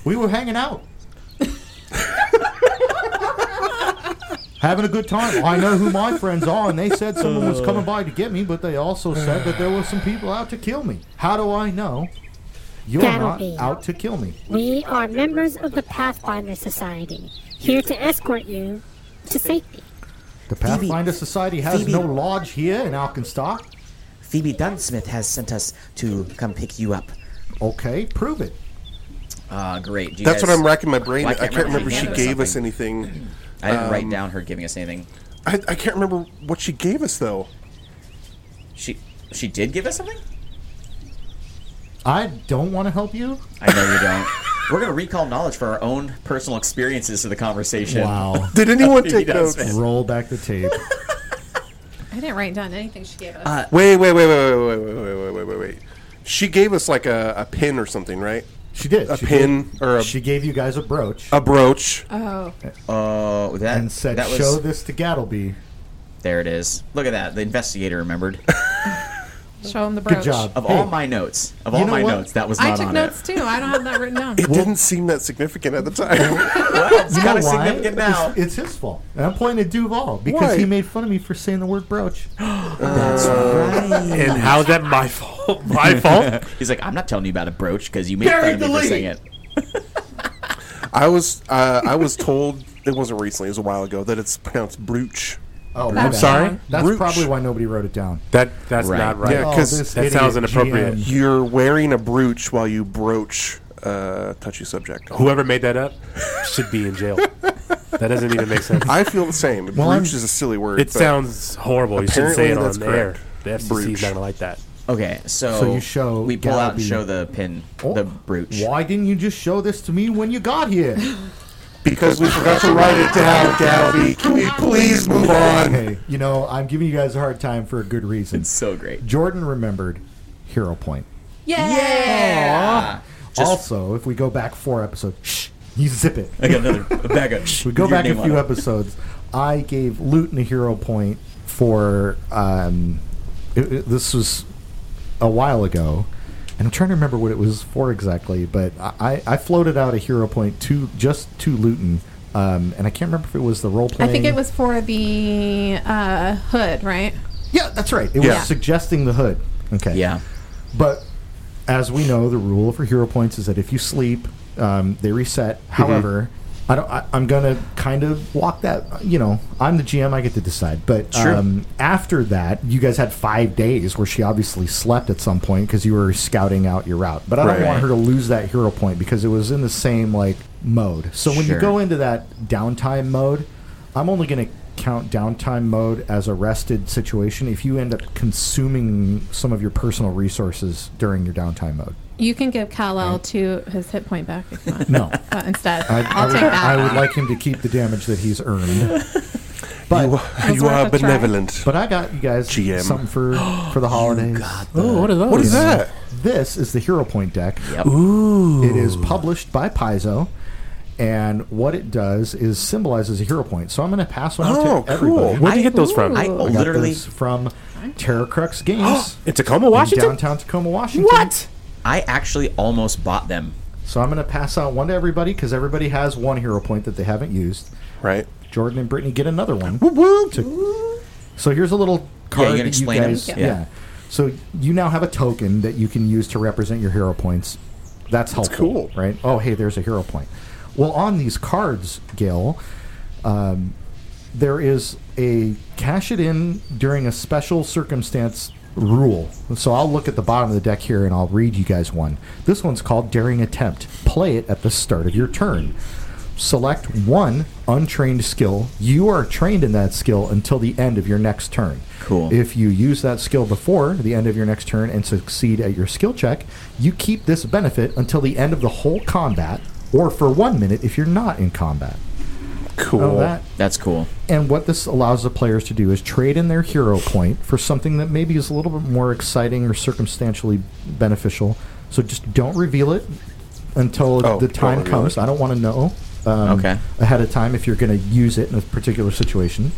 We were hanging out. Having a good time. I know who my friends are, and they said someone was coming by to get me, but they also said that there were some people out to kill me. How do I know you're That'll not be- out to kill me? We are members of the Pathfinder Society, here to escort you to safety. The Pathfinder Society has Phoebe- no lodge here in Alkenstock. Phoebe Dunsmith has sent us to come pick you up. Okay, prove it. Uh, great. Do you That's what guys- I'm racking my brain. Well, I can't, remember if she handed gave us something. anything. I didn't um, write down her giving us anything. I, I can't remember what she gave us though. She she did give us something. I don't want to help you. I know you <laughs> don't. We're gonna recall knowledge for our own personal experiences to the conversation. <laughs> Wow. Did anyone take does, notes? man. Roll back the tape. I didn't write down anything she gave us. Wait, wait, wait, wait, wait, wait, wait, wait, wait, wait, wait, wait. She gave us like a, a pin or something, right? She did. A she pin gave- or a, she gave you guys a brooch a brooch. oh, Oh, that and said, that was "Show this to Gattleby." there. It is. Look at that. The investigator <laughs> remembered. show him the brooch. Good job. Of Hey, all my notes, of all know my what? notes, that was not I took on notes it. too. I don't have that <laughs> written down. it didn't seem that significant at the time. Well, it's you kind know of why? significant now. It's, it's his fault. And I'm pointing at Duval because Why? he made fun of me for saying the word brooch. And how's that my fault? <laughs> My fault? He's like, I'm not telling you about a brooch because you made Buried fun of me the for lead." saying it. I was uh, I was told it wasn't recently, it was a while ago that it's pronounced brooch. Oh, I'm sorry? That's Brooch. probably why nobody wrote it down. That that's Right. not right. Yeah, Oh, 'cause this that idiot sounds inappropriate. GM. You're wearing a brooch while you broach uh, touchy subject. Whoever made that up should be in jail. that doesn't even make sense. I feel the same. brooch I'm- is a silly word. It but sounds horrible. You shouldn't say Apparently it on that's the correct. air. The FCC Brooch. is not gonna like that. Okay, so, So you show we pull out and Gallopy- show the pin, Oh, the brooch. Why didn't you just show this to me when you got here? because we forgot to write it down, Gabby. Can we please move on? hey, you know I'm giving you guys a hard time for a good reason. It's so great. Jordan remembered Hero Point. Yeah. Just- also, if we go back four episodes, shh, you zip it. <laughs> I got another bag of. We go your back a name on few it. episodes. I gave Luton a hero point for um, it- it- this was a while ago, and I'm trying to remember what it was for exactly. But I, I I floated out a hero point to just to Luton, um, and I can't remember if it was the role I playing. think it was for the uh, hood, right? Yeah, that's right. It Yeah. was suggesting the hood. Okay. Yeah. But as we know, the rule for hero points is that if you sleep, um, they reset. However, I don't. I, I'm gonna kind of walk that. You know, I'm the GM. I get to decide. But um, after that, you guys had five days where she obviously slept at some point because you were scouting out your route. But I don't Right. want her to lose that hero point because it was in the same like mode. So when Sure. you go into that downtime mode, I'm only going to count downtime mode as a rested situation if you end up consuming some of your personal resources during your downtime mode. You can give Kal El to his hit point back if you want. No. Uh, instead, <laughs> I, I, I will would, take that. I would like him to keep the damage that he's <laughs> earned. But was you are worth a try. benevolent. but I got you guys GM. something for <gasps> for the holidays. Oh, what are those? What is that? This is the Hero Point deck. It is published by Paizo, and what it does is symbolizes a hero point. So I'm going to pass one Oh, out to cool. everybody. Where'd you get those from? I Ooh. I got literally, this from Terror Crux Games In Tacoma, in Washington. downtown Tacoma, Washington. What? I actually almost bought them. So I'm going to pass out one to everybody because everybody has one hero point that they haven't used. Right. Jordan and Brittany get another one. To- so here's a little card you can that explain you 'em. guys. Yeah. Yeah. So you now have a token that you can use to represent your hero points. That's helpful, cool. right? Oh, hey, there's a hero point. Well, on these cards, Gail, um, there is a cash it in during a special circumstance rule. So I'll look at the bottom of the deck here and I'll read you guys one. This one's called Daring Attempt. Play it at the start of your turn. Select one untrained skill. You are trained in that skill until the end of your next turn. Cool. If you use that skill before the end of your next turn and succeed at your skill check, you keep this benefit until the end of the whole combat or for one minute if you're not in combat. Cool. Oh, Now Oh, that That's cool. and what this allows the players to do is trade in their hero point for something that maybe is a little bit more exciting or circumstantially beneficial. So just don't reveal it until Oh, the don't time reveal comes. it. I don't want to know um, Okay. ahead of time if you're going to use it in a particular situation.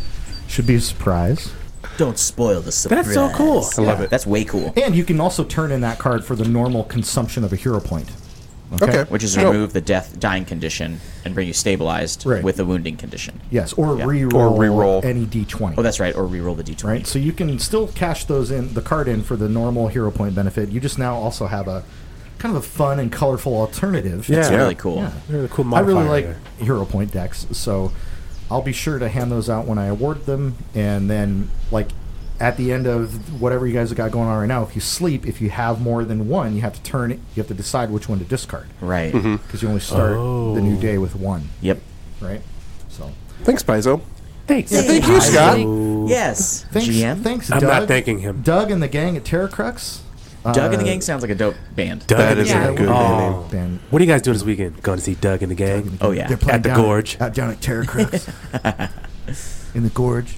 Should be a surprise. Don't spoil the surprise. That's so cool. I love it. That's way cool. And you can also turn in that card for the normal consumption of a hero point. Okay. Which is No. remove the death dying condition and bring you stabilized Right. with the wounding condition. Yes, or Yeah. reroll, Or reroll. any d20. Oh, that's right. Or reroll the d20. right? So you can still cash those in the card in for the normal hero point benefit. You just now also have a kind of a fun and colorful alternative. That's Yeah. really cool. They're the cool I really modifier like there. hero point decks, so I'll be sure to hand those out when I award them, and then like at the end of whatever you guys have got going on right now, if you sleep, if you have more than one, you have to turn, you have to decide which one to discard Right. because you only start the Oh. new day with one, Yep. right? So Thanks, Paizo. Thanks. Yeah, thank you, Scott. Yes. thanks, GM. thanks, I'm Doug. not thanking him. Doug and the gang at Terracrux. Doug and Uh, the Gang sounds like a dope band. Doug That and the is a gang. good Oh. name. Band. What are you guys doing this weekend? Going to see Doug and the gang? Oh yeah. They're playing At the down gorge. At, down at Terra <laughs> Crux. In the gorge.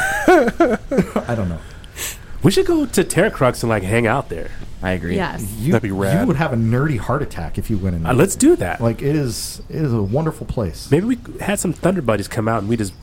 I don't know. We should go to Terracrux and like hang out there. I agree. Yes. You, That'd be rad. You would have a nerdy heart attack if you went in. Uh, There. let's do that. like it is. It is a wonderful place. Maybe we had some Thunder Buddies come out and we just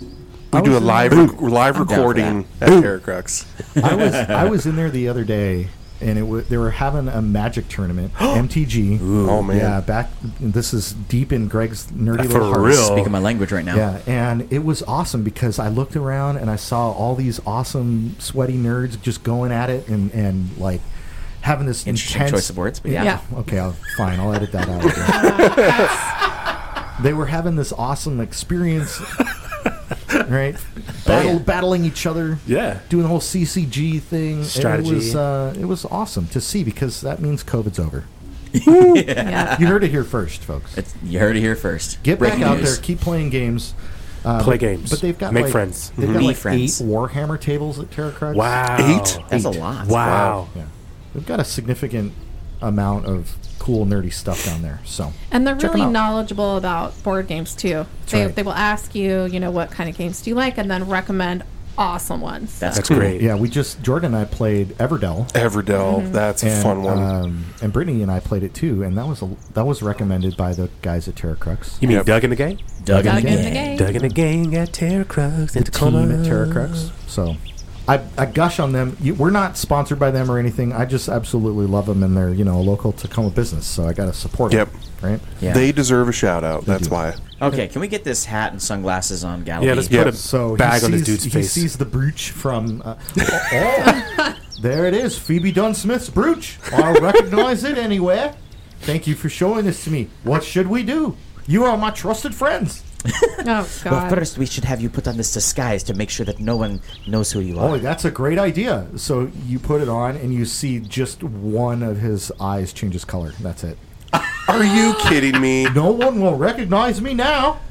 We do a live rec- live down for recording at Heracrux. I was <laughs> I was in there the other day, and it w- they were having a magic <gasps> tournament. MTG. Oh, man. Yeah, back. This is deep in Greg's nerdy Uh, For little heart. real. Speaking my language right now. Yeah, and it was awesome because I looked around and I saw all these awesome sweaty nerds just going at it and, and like having this Interesting intense choice of words, but yeah. Yeah. Okay, I'll, fine. I'll edit that out. they were having this awesome experience, right? Battle, Oh, yeah. Battling each other. Yeah. Doing the whole CCG thing. And Strategy. it was uh, it was awesome to see because that means <laughs> COVID's over. Yeah. You heard it here first, folks. It's, you heard it here first. Get Breaking back out news. there. Keep playing games. Uh, play games. But they've got make like, friends. They've got Be like friends. eight Warhammer tables at Terra Crux. Wow. Eight? That's a lot. Wow. Yeah, they've got a significant amount of cool nerdy stuff down there. So And they're Check 'em really out. knowledgeable about board games too. They, right. they will ask you, you know, what kind of games do you like, and then recommend awesome ones. That's, That's cool. great. yeah, we just Jordan and I played Everdell, Everdell. That's a Mm-hmm. and fun one. Um, and Brittany and I played it too, and that was a, that was recommended by the guys at Terra Crux. You mean Yep. Doug and the gang? Doug, Doug and the gang. Gang. Doug and the gang at Terracrux in Tacoma. Team at Uh, Terra Crux. So. I, I gush on them. You, we're not sponsored by them or anything. I just absolutely love them, and they're you know a local Tacoma business, so I got to support Yep. them. Right? Yeah. They deserve a shout out. That's do. why. Okay, can we get this hat and sunglasses on Galilee? Yeah, let's Yeah. put a So he bag on this sees, dude's he face. sees the brooch from. <laughs> Uh, oh, there it is, Phoebe Dunn-Smith's brooch. I'll recognize it anywhere. Thank you for showing this to me. What should we do? You are my trusted friends. Oh Well, God. first we should have you put on this disguise to make sure that no one knows who you are. Oh, that's a great idea. So you put it on, and you see just one of his eyes changes color. That's it. Are you kidding <laughs> me? No one will recognize me now.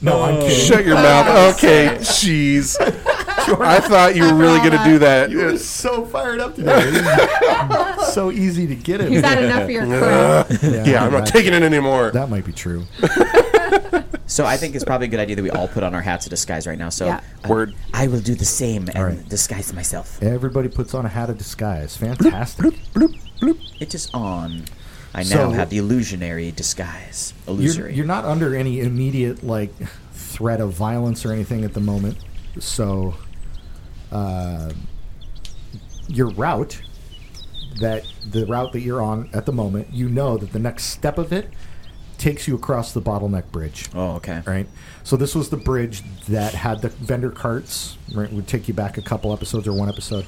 No, Oh. I'm kidding. Shut <laughs> your mouth. Okay, jeez. I thought you were really going to do that. You were so fired up today. <laughs> It was so easy to get He's it. had enough of your crew. Yeah, I'm not that- taking it anymore. That might be true. So I think it's probably a good idea that we all put on our hats of disguise right now. So Yeah. uh, Word. I will do the same and right. disguise myself. Everybody puts on a hat of disguise. Fantastic. It is on. I now So- have the illusionary disguise. You're, Illusory. you're not under any immediate like threat of violence or anything at the moment, so uh, your route that the route that you're on at the moment, you know that the next step of it takes you across the bottleneck bridge. oh, okay. Right. So this was the bridge that had the vendor carts. Right, would take you back a couple episodes or one episode,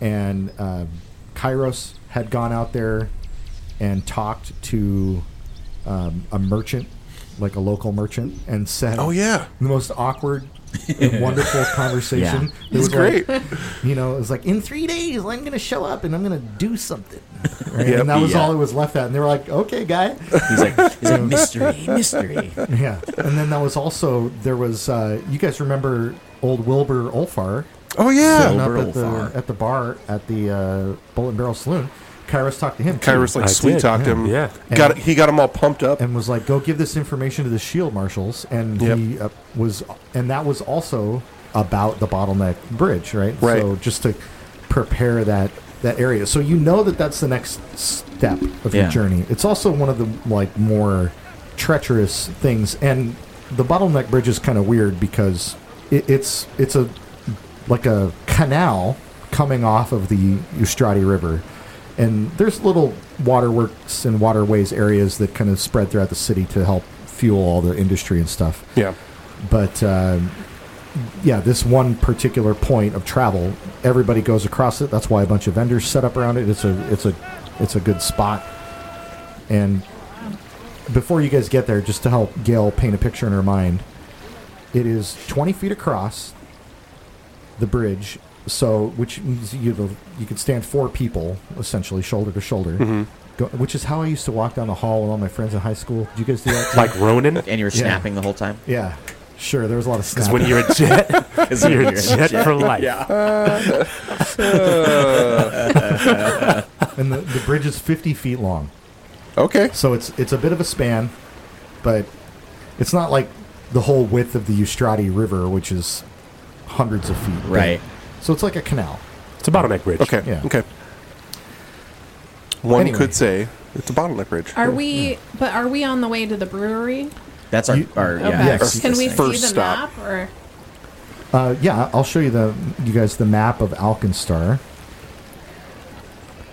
and uh, Kairos had gone out there and talked to um, a merchant, like a local merchant, and said, Oh, yeah. the most awkward a wonderful conversation. It was great. Like, <laughs> you know, it was like in three days I'm going to show up and I'm going to do something. Right? Yep. and that was Yeah. all it was left at. And they were like, "Okay, guy." He's like, <laughs> he's like mystery, mystery. yeah. And then that was also there was uh, you guys remember old Wilbur Olfar Oh yeah. sitting up Wilbur at the Olfar. at the bar at the uh, Bullet and Barrel Saloon. Kairos talked to him. too, Kairos I like sweet talked did, him. yeah. Got he got him all pumped up. and was like, "Go give this information to the shield marshals." And Yep. he uh, was, and that was also about the bottleneck bridge, right? Right. So just to prepare that that area, so you know that that's the next step of Yeah. your journey. It's also one of the like more treacherous things, and the bottleneck bridge is kind of weird because it, it's it's a like a canal coming off of the Ustrati River. And there's little waterworks and waterways areas that kind of spread throughout the city to help fuel all the industry and stuff. Yeah. But um yeah, this one particular point of travel, everybody goes across it. That's why a bunch of vendors set up around it. It's a it's a it's a good spot. And before you guys get there, just to help Gail paint a picture in her mind, it is 20 feet across the bridge. So, which means you you could stand four people essentially shoulder to shoulder, Mm-hmm. go, which is how I used to walk down the hall with all my friends in high school. Did you guys do that? too? Like Ronin? And you were Yeah. snapping the whole time. yeah, sure. There was a lot of Because snapping. when you're <laughs> a jet, Because you're a jet for life. and the, the bridge is 50 feet long. Okay. So it's it's a bit of a span, but it's not like the whole width of the Ustrati River, which is hundreds of feet. Right. So it's like a canal. It's a bottleneck bridge. Okay. Yeah. Okay. One Anyway. could say it's a bottleneck bridge. Are we? But are we on the way to the brewery? That's our, You- our Okay. yeah. Yes. Can we see First the stop. map or? Uh, yeah, I'll show you the you guys the map of Alkenstar.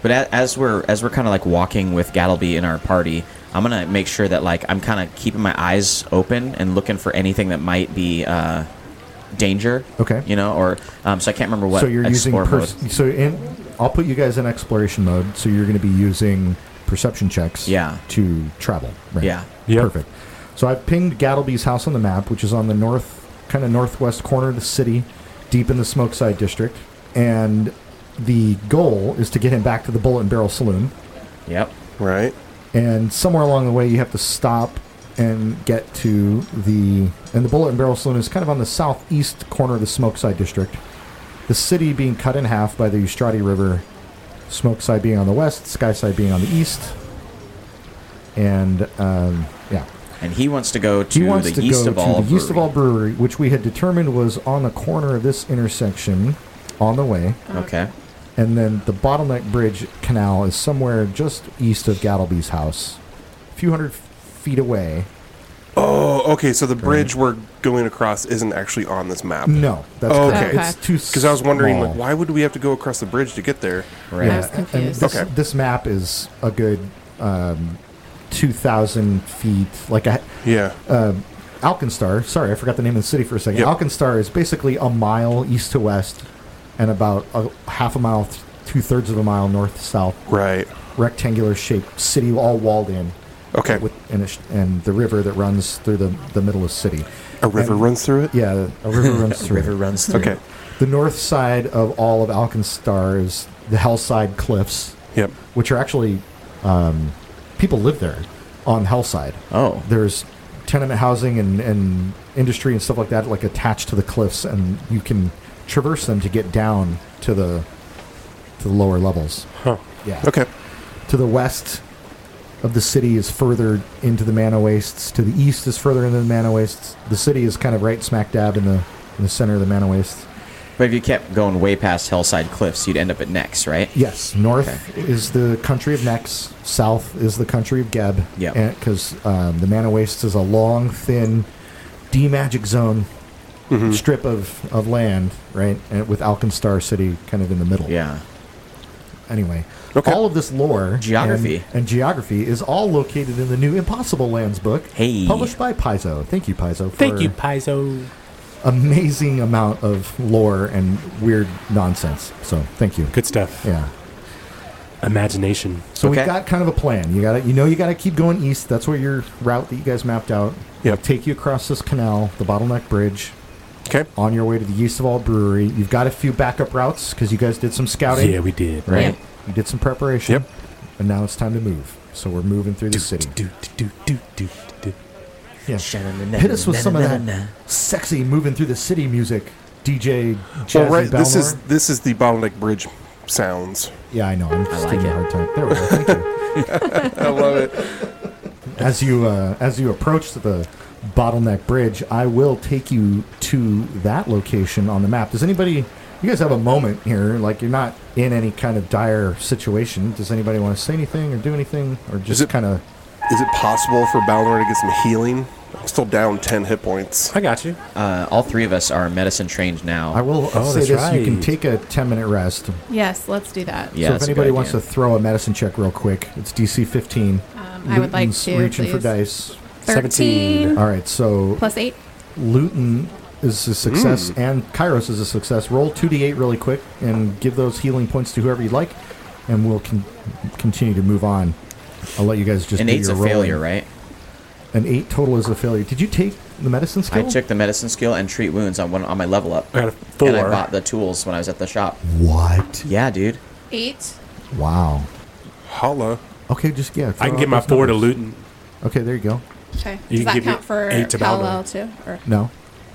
But a- as we're as we're kind of like walking with Gattleby in our party, I'm gonna make sure that like I'm kind of keeping my eyes open and looking for anything that might be uh, danger. Okay. You know, or um, so I can't remember what. so you're using explore pers- mode. so in I'll put you guys in exploration mode. So you're going to be using perception checks. Yeah. To travel. Right. Yeah. Yep. Perfect. So I've pinged Gattleby's house on the map, which is on the north, kind of northwest corner of the city, deep in the Smokeside district, and the goal is to get him back to the Bullet and Barrel Saloon. Yep. Right. and somewhere along the way you have to stop and get to the and the bullet and barrel saloon is kind of on the southeast corner of the smokeside district the city being cut in half by the ustrati river smokeside being on the west skyside being on the east and um, yeah And he wants to go to he wants the to east go of all. to the east of brewery. all brewery which we had determined was on the corner of this intersection on the way Okay. and then the bottleneck bridge canal is somewhere just east of Gattleby's house, a few hundred feet away. Oh, okay. So the bridge we're going across isn't actually on this map. No, that's Oh, Okay. correct. Okay. It's too Because I was wondering, small. like, Uh, why would we have to go across the bridge to get there? Right. I was and confused. this, Okay. this map is a good um, two thousand feet. Like a Yeah. uh, Alkenstar. Sorry, I forgot the name of the city for a second. Yep. Alkenstar is basically a mile east to west, and about a half a mile, two thirds of a mile north to south. right. Rectangular shaped city, all walled in. Okay. With and, a sh- and the river that runs through the the middle of the city. A river and- runs through it. Yeah, a river <laughs> runs through. river runs through. Okay. The north side of all of Alkenstar is the Hellside Cliffs, Yep. which are actually um, people live there on Hellside. Oh. There's tenement housing and, and industry and stuff like that, like attached to the cliffs, and you can traverse them to get down to the to the lower levels. Huh. Yeah. Okay. To the west of the city is further into the Mana Wastes. To the east is further into the Mana Wastes. The city is kind of right smack dab in the in the center of the Mana Wastes. But if you kept going way past Hellside Cliffs, you'd end up at Nex, right? Yes, north is the country of Nex. South is the country of Geb. Yep. because um, the Mana Wastes is a long, thin, D-magic zone strip of, of land, right? And with Alkenstar City kind of in the middle. Yeah. Anyway, Okay. all of this lore, Geography. and, and geography is all located in the new Impossible Lands book, Hey. published by Paizo. Thank you, Paizo. For Thank you, Paizo. Amazing amount of lore and weird nonsense. So thank you. Good stuff. Yeah. Imagination. So Okay. we've got kind of a plan. You got to, you know, you got to keep going east. That's where your route that you guys mapped out. Yep. Take you across this canal, the bottleneck bridge. Okay. on your way to the Yeast of All Brewery. You've got a few backup routes because you guys did some scouting. Yeah, we did. right? You did some preparation. Yep. And now it's time to move. So we're moving through the city. Do, do, do, do, do. Yeah. Hit us with some of that sexy moving through the city music, DJ. Jazzy well, right. This is Balnor. this is the bottleneck bridge sounds. Yeah, I know. I'm just like giving you a it. hard time. There we go. Thank you. I love it. As you uh, as you approach the bottleneck bridge, I will take you to that location on the map. Does anybody? You guys have a moment here. Like you're not in any kind of dire situation. Does anybody want to say anything or do anything, or just it- kind of? Is it possible for Balnor to get some healing? I'm still down ten hit points. I got you. Uh, all three of us are medicine trained now. I will Oh, say that's this: you can right. take a ten minute rest. Yes, let's do that. Yeah, so if that's a anybody good wants to idea. throw a medicine check real quick, it's DC 15. Um, I would like Luton's to. reaching for please. dice. 13 All right, so plus 8. Luton is a success and Kairos is a success. Roll 2d8 really quick and give those healing points to whoever you like, and we'll con- continue to move on. I'll let you guys just an do eight's a your rolling. failure, right? An 8 total is a failure. Did you take the medicine I skill? took the medicine skill and treat wounds on one on my level up. I got a And I four. bought the tools when I was at the shop. What? Yeah, dude. 8. Wow. Holla. Okay, just yeah. I throw can out give my those four to numbers. Luton. Okay, there you go. Okay. Does You can that give me count for eight to Baldur. parallel too? Or No,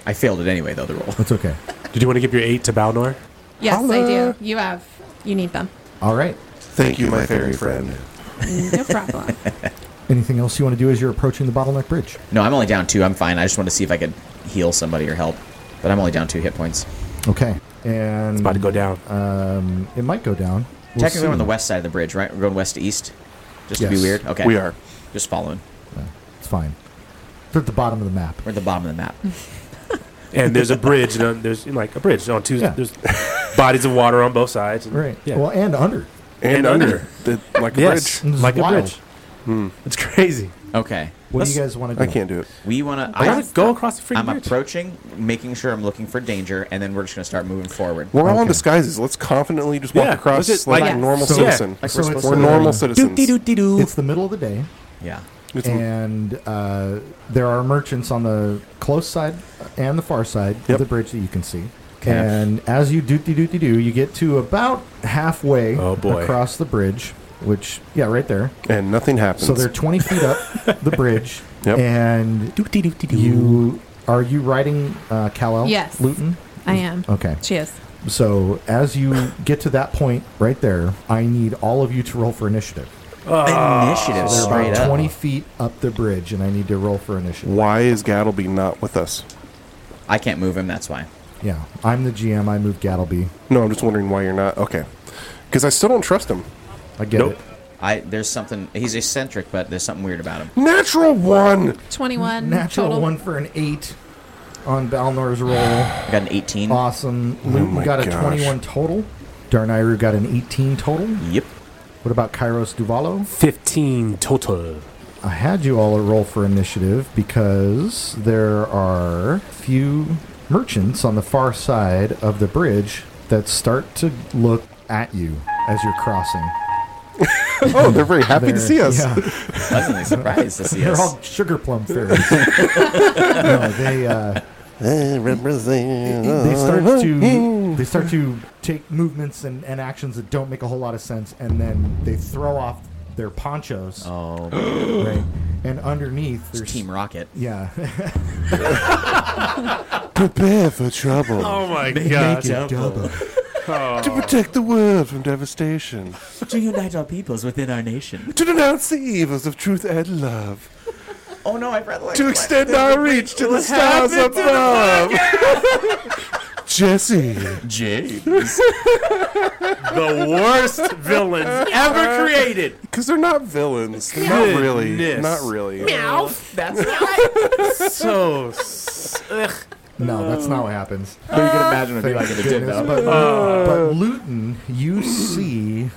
I failed it anyway, though, the roll. <laughs> that's okay. Did you want to give your eight to Balnor? yes, I Holla. do. You have. You need them. All right. Thank you, my fairy friend. No problem. Anything else you want to do as you're approaching the bottleneck bridge? No, I'm only down two. I'm fine. I just wanted to see if I could heal somebody or help. But I'm only down two hit points. Okay. And About to go down. Um, it might go down. We'll Technically, see. we're on the west side of the bridge, right? We're going west to east. Just to Yes. be weird. Okay. We are. Just following. It's fine. It's at the bottom of the map. We're at the bottom of the map. and there's a bridge. And uh, there's like a bridge on two. Yeah. There's bodies of water on both sides. <laughs> and- Right. Yeah. Well, and under. And, And under. The- like a yes. bridge. This is Like wild. a bridge. Hmm. It's crazy. Okay. What do Let's- you guys want to do? I can't do it. We want to. I gotta go across the freaking I'm bridge. approaching, making sure I'm looking for danger, and then we're just going to start moving forward. We're all in Okay. disguises. Let's confidently just walk Yeah, across let's just, like, like- a normal So- citizen. Like so we're it's supposed We're the- normal Doop citizens. dee doo dee doo. It's the middle of the day, Yeah. It's- and uh, there are merchants on the close side and the far side of Yep. the bridge that you can see. And as you dooty dooty do, you get to about halfway Oh, boy. across the bridge, which yeah, right there. and nothing happens. So they're twenty feet up the bridge, <laughs> Yep. and Doo dee doo dee doo. you are you riding uh, Cal Yes. Luton? I am. Okay. She is. So as you get to that point right there, I need all of you to roll for initiative. Uh, Initiative They're straight about up. 20 feet up the bridge, and I need to roll for initiative. Why is Gattleby not with us? I can't move him. That's why. Yeah, I'm the GM. I move Gattleby. No, I'm just wondering why you're not. Okay. Because I still don't trust him. I get Nope. it. I there's something. He's eccentric, but there's something weird about him. Natural one! 21 Natural total. one for an eight on Balnor's roll. I got an 18. Awesome. Luton my got a gosh. 21 total. Darnayru got an 18 total. Yep. What about Kairos Duvalo? Fifteen total. I had you all roll for initiative because there are few merchants on the far side of the bridge that start to look at you as you're crossing. Oh, they're very happy to They're- see us. <laughs> yeah. Pleasantly surprised to see They're us. all sugar plum fairies. no, they uh, They represent. they start to they start to take movements and, and actions that don't make a whole lot of sense, and then they throw off their ponchos, oh, <gasps> right? And underneath there's Team Rocket. Yeah, <laughs> prepare for trouble. Oh my Make it double. To protect the world from devastation. To unite our peoples within our nation. To denounce the evils of truth and love. Oh no, I've read like. To extend <laughs> our reach to the stars above. <laughs> Jesse. <laughs> James. The worst villains ever created. Because they're not villains. They're not really. Goodness. Not really. So s- ugh. No, that's not what Uh, happens. you can imagine what Thank goodness. But, but Luton, you see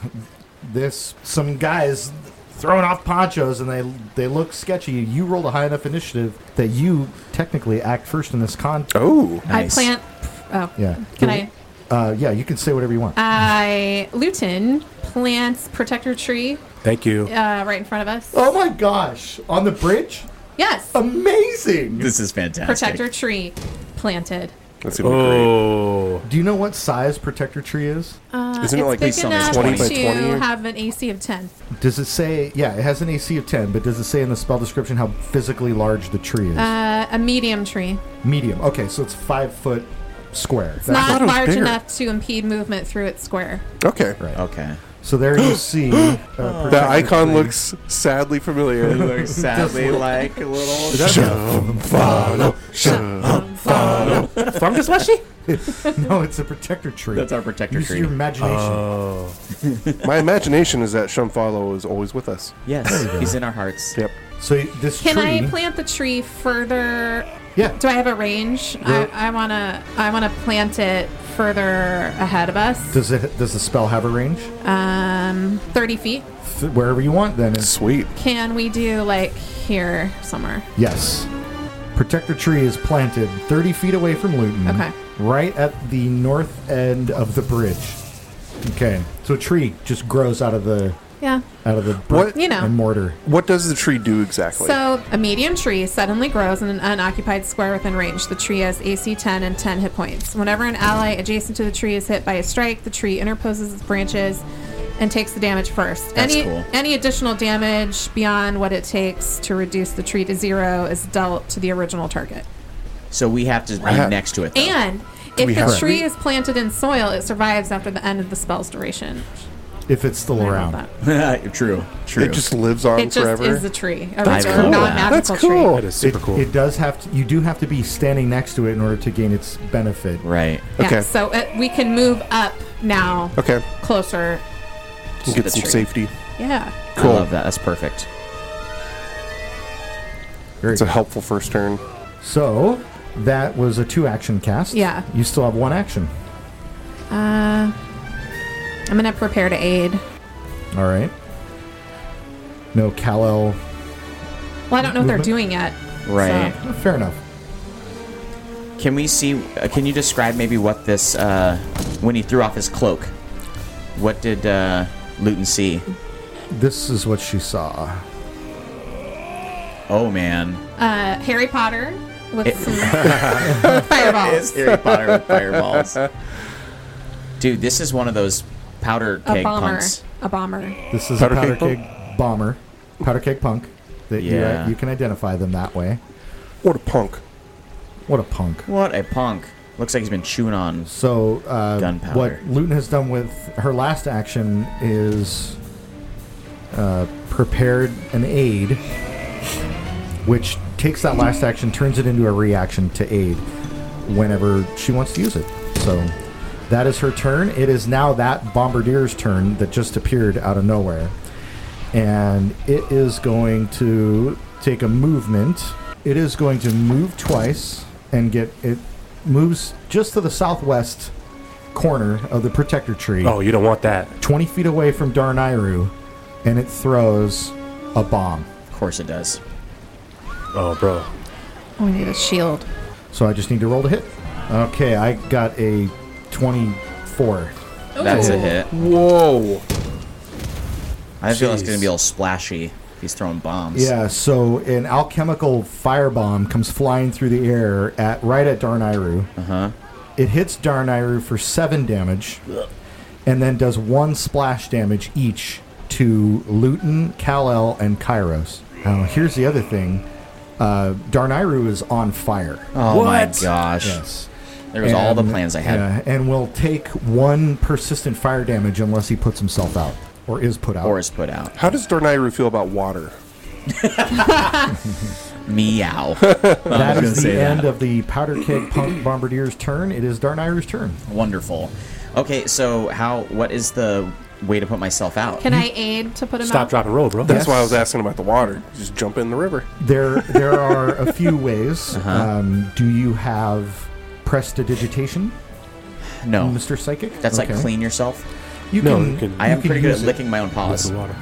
this some guys throwing off ponchos and they they look sketchy. You rolled a high enough initiative that you technically act first in this con. Oh. I plant. Oh. Yeah. Can I? Uh, yeah, you can say whatever you want. I. Luton plants protector tree Thank you. uh, right in front of us. oh my gosh! On the bridge, Yes. amazing. This is fantastic. Protector tree planted. That's gonna be Oh, Do you know what size protector tree is? great. Isn't it like Uh, Big enough 20 by 20? to or- have an AC of 10. Does it say? Yeah, it has an AC of ten, but does it say in the spell description how physically large the tree is? Uh, a medium tree. Medium. Okay, so it's five foot square. It's not it was large bigger. enough to impede movement through its square. Okay. Okay. so there <gasps> you see. Uh, Oh. protector That icon tree. looks sadly familiar. <laughs> Looks sadly like a little. fungus washi. <laughs> No, it's a protector tree. That's our protector Use tree. your imagination. My imagination is that Shumfalo is always with us. Yes, he's in our hearts. Yep. so this Can tree. I plant the tree further? Yeah. Do I have a range? Yeah. I, I wanna I wanna plant it further ahead of us. Does it? Does the spell have a range? Um, 30 feet. Th- wherever you want, then. It's, Sweet. Can we do like here somewhere? yes. Protector tree is planted 30 feet away from Luton. Okay. Right at the north end of the bridge. Okay. So a tree just grows out of the Yeah. out of the brick What- You know. and mortar. What does the tree do exactly? So a medium tree suddenly grows in an unoccupied square within range. The tree has AC 10 and 10 hit points. Whenever an ally adjacent to the tree is hit by a strike, the tree interposes its branches and takes the damage first. That's any cool. any additional damage beyond what it takes to reduce the tree to zero is dealt to the original target. So we have to be have- next to it. though. And we if have the to- tree is planted in soil, it survives after the end of the spell's duration. If it's still I love around. <laughs> that. true. True. it just lives on It just forever. is a tree, a That's regular cool. non-magical That's cool. tree. That is It, super cool. it does have to, you do have to be standing next to it in order to gain its benefit. right. Yeah, Okay. so it, we can move up now okay. closer. You the get some tree. safety. Yeah. Cool. I love that. That's perfect. Very It's a helpful first turn. So that was a two action cast. Yeah. You still have one action. Uh, I'm gonna prepare to aid. All right. No Kal-El. Well, I don't know what they're Movement? doing yet. Right. So, Oh, Fair enough. Can we see? Uh, can you describe maybe what this uh, when he threw off his cloak? What did uh, Luton see? This is what she saw. Oh man, uh, Harry Potter with It- <laughs> some <laughs> fireballs, Harry Potter with fireballs. Dude, this is one of those powder a keg bomber, punks. a bomber. This is Powder a powder keg keg, punk? bomber, powder keg punk. That you- Yeah. you, can identify them that way. What a punk. What a punk. What a punk! Looks like he's been chewing on. So uh, Gunpowder. what Luton has done with her last action is uh, prepared an aid, which takes that last action, turns it into a reaction to aid whenever she wants to use it. So that is her turn. It is now that bombardier's turn that just appeared out of nowhere, and it is going to take a movement. It is going to move twice and get it moves just to the southwest corner of the protector tree. Oh, you don't want that. 20 feet away from Darnayru, and it throws a bomb. Of course it does. Oh, bro. Oh, I need a shield. So I just need to roll to hit. Okay, I got a 24. That's a Ooh. hit. Whoa. I feel it's Jeez. gonna be all splashy. if He's throwing bombs. Yeah, so an alchemical firebomb comes flying through the air at right at Darnayru. Uh-huh. It hits Darnayru for 7 damage and then does 1 splash damage each to Luton, Kal-El, and Kairos. Now, here's the other thing. Uh, Darnayru is on fire. Oh my What? gosh. Yes. There was all the plans I had. yeah, and will take one persistent fire damage unless he puts himself out or is put out. Or is put out. How does Darnayru feel about water? Meow. that gonna is the say that. end of the powder keg punk bombardier's turn. It is Darnayru's turn. Wonderful. Okay, so how? What is the way to put myself out? Can I aid to put him Stop, out? drop, and roll, bro. That's why I was asking about the water. Just jump in the river. There, there are a few ways. Uh-huh. Um, do you have prestidigitation, no. Mister Psychic? That's Okay. like clean yourself. You No, can. you can- I am can pretty good use at it. licking my own <laughs> That's paws. the water.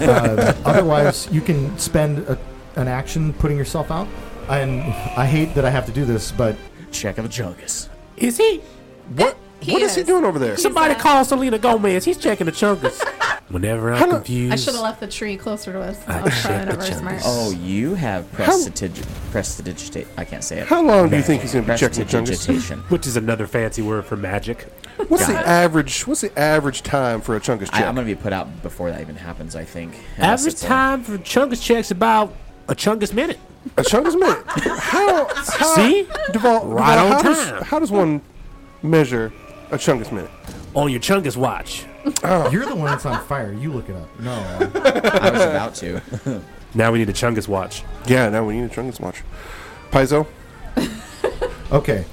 Uh, <laughs> otherwise, you can spend a, an action putting yourself out. And I hate that I have to do this, but Check of a jungus. Is he? What? He what is. he is. doing over there? Somebody Somebody uh, <laughs> call Selena Gomez. He's checking the chungus. Whenever How I'm do- confused, I should have left the tree closer to us. Ah, I I was probably checked not the very smart. channels. Oh, you have prestidig- prestidigitate. I can't say it. How long do you think he's going to be checking the jungles? <laughs> Prestidigitation. which is another fancy word for magic. What's Got the it. average? What's the average time for a chungus I, check? I'm going to be put out before that even happens. I think. Unless Average it's uh, a- time for chungus checks about a chungus minute. a chungus minute. How? how See? Duval, Right Duval, on how does- time. how does one measure a chungus minute? On your chungus watch. You're the one that's on fire. You look it up. No. I was about <laughs> to. Now we need a chungus watch. Yeah, now we need a chungus watch. Paizo, Okay.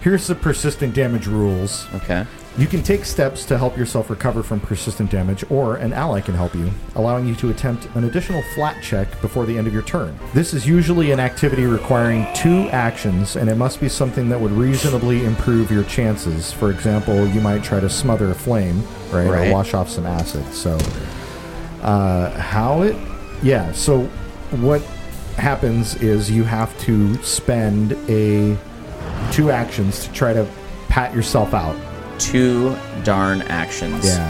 Here's the persistent damage rules. Okay. You can take steps to help yourself recover from persistent damage, or an ally can help you, allowing you to attempt an additional flat check before the end of your turn. This is usually an activity requiring two actions, and it must be something that would reasonably improve your chances. For example, you might try to smother a flame, right, Right. or wash off some acid. So, uh, how it? Yeah. So, what happens is you have to spend a two actions to try to pat yourself out. Two darn actions. Yeah.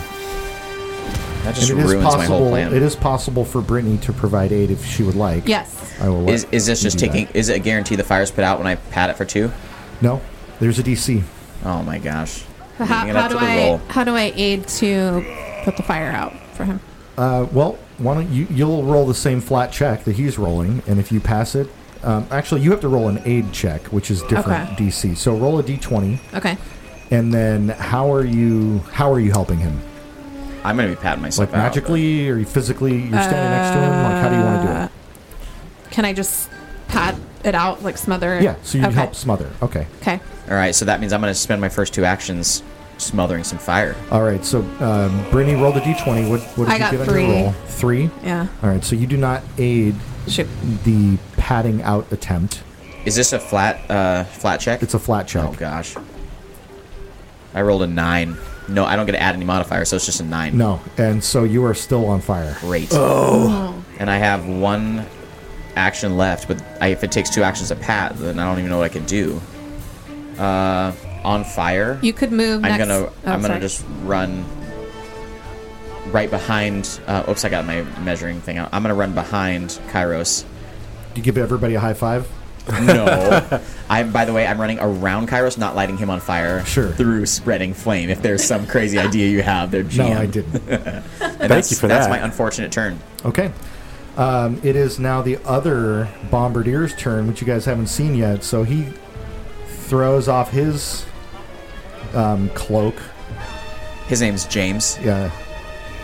That just And it is ruins my whole possible. plan. It is possible for Brittany to provide aid if she would like. Yes. I will. Let Is, is this you just do taking? Is it a guarantee the fire's put out when I pat it for two? that. No, there's a DC. Oh my gosh. How, Leaving it up how to do the I roll. how do I aid to put the fire out for him? Uh, well, why don't you? You'll roll the same flat check that he's rolling, and if you pass it, um, actually, you have to roll an aid check, which is different Okay. DC. So roll a D20, Okay. and then how are you? How are you helping him? I'm gonna be patting myself Like out. magically, or you physically? You're standing next to him. Like, how do you want to Uh, do it? Can I just pat it out like smother? Yeah. So you okay. help smother. Okay. Okay. All right. So that means I'm gonna spend my first two actions smothering some fire. All right. So um, Brittany rolled a D20. What, what did I you got get on three. your roll? Three. Yeah. All right, so you do not aid Shoot. the padding out attempt. Is this a flat uh flat check? It's a flat check. Oh gosh. I rolled a nine. No, I don't get to add any modifier, so it's just a nine. No, and so you are still on fire. Great. Oh. And I have one action left, but I, if it takes two actions to pat, then I don't even know what I can do. Uh, on fire. You could move. I'm next. gonna. oh, I'm gonna sorry. just run right behind. Uh, oops! I got my measuring thing out. I'm gonna run behind Kairos. You give everybody a high five. <laughs> No. I'm by the way, I'm running around Kairos, not lighting him on fire. Sure. Through spreading flame. If there's some crazy idea you have, there, GM. No, I didn't. And that's, you for That's that. my unfortunate turn. okay, um, it is now the other bombardier's turn, which you guys haven't seen yet. So he throws off his um, cloak. His name's James. Yeah,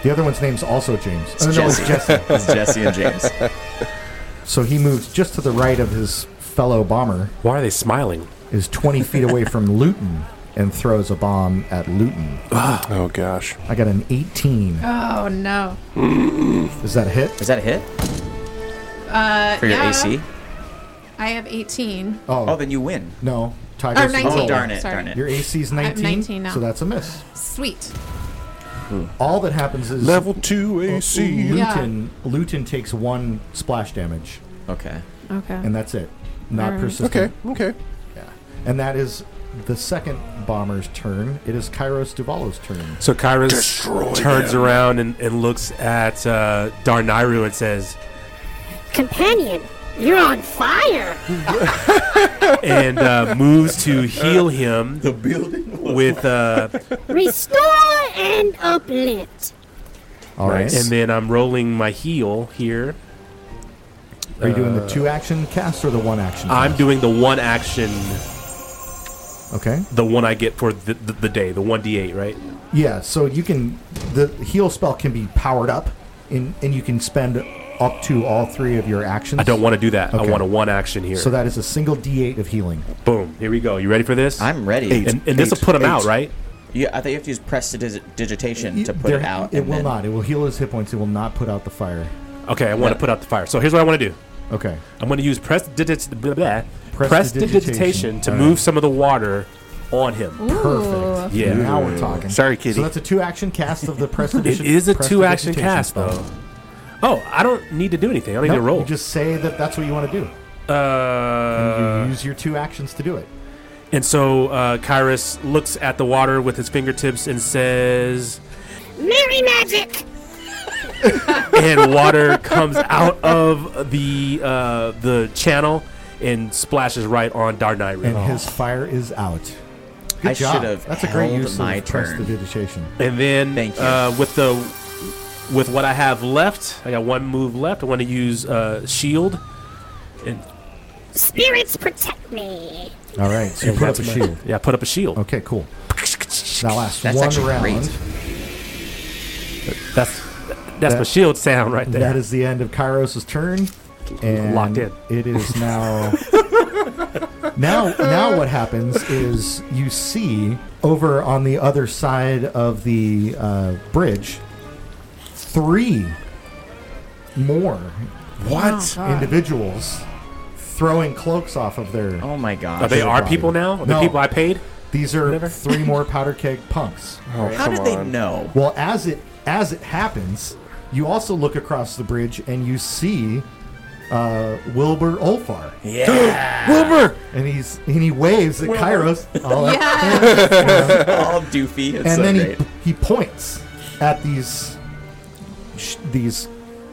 the other one's name's also James. Oh, no, it's Jesse. Jesse. <laughs> It's Jesse and James. So he moves just to the right of his fellow bomber, Why are they smiling? is 20 feet away <laughs> from Luton, and throws a bomb at Luton. Oh gosh. I got an 18. Oh no. Is that a hit? Is that a hit Uh, for your yeah. AC? I have 18. Oh, then you win. No, Or Tiger's 19. Oh, darn it, Sorry. darn it. Your AC is 19, 19 now. so that's a miss. Sweet. All that happens is Level two AC. Luton Luton takes one splash damage, Okay. Okay. and that's it. Not Alright. persistent. Okay. Okay. Yeah. And that is the second bomber's turn. It is Kairos Duvalo's turn. So Kairos Destroy turns them. around and, and looks at uh, Darnayru and says, Companion, you're on fire. and uh, moves to heal him. The building with, uh, Restore and uplift. All right. and then I'm rolling my heal here. Are you doing Uh, the two action cast or the one action? I'm cast? doing the one action, Okay. the one I get for the, the, the day, the one d8, right? Yeah, so you can the heal spell can be powered up, and and you can spend up to all three of your actions. I don't want to do that. Okay. I want a one action here. So that is a single D8 of healing. boom. Here we go. You ready for this? I'm ready. Eight. And, and this will Eight. put him Eight. out, right? You, I thought you have to use prestidigitation to put There- it out. It and will then- not. It will heal his hit points. It will not put out the fire. Okay, I want Yeah. to put out the fire. So here's what I want to do. Okay. I'm going to use prestidigit- blah, blah, blah, Prestidigitation. prestidigitation to All move right. some of the water on him. Perfect. Yeah. Now we're talking. Sorry, kitty. So that's a two action cast <laughs> of the It prestidigitation. is a two action prestidigitation cast, spell. though. Oh, I don't need to do anything. I don't need No, to roll. You just say that that's what you want to do. uh, you use your two actions to do it. and so uh, Kairos looks at the water with his fingertips and says, Merry magic. and water comes out of the uh, the channel and splashes right on Darnayru. Oh. and his fire is out. Good I job. should've That's a great held use my of turn. prestidigitation. And then Thank you. Uh, with the with what I have left, I got one move left. I want to use uh, shield. And Spirits protect me. All right, so you put up that's a my- shield. Yeah, put up a shield. Okay, cool. That lasts That's one actually round. great. That's that's That- my shield sound right there. That is the end of Kairos' turn. And Locked in. <laughs> It is now. now, now, what happens is you see over on the other side of the uh, bridge three more Oh, What? individuals throwing cloaks off of their. Oh my Are gosh. they our body. people now? Are The No. people I paid? These are <laughs> three more powder keg punks. How did Come they on. know? Well, as it as it happens, you also look across the bridge and you see uh, Wilbur <gasps> Olfar, Wilbur! and he's and he waves at Kairos, all that- Yeah. All doofy. It's and so then great. he he points at these sh- these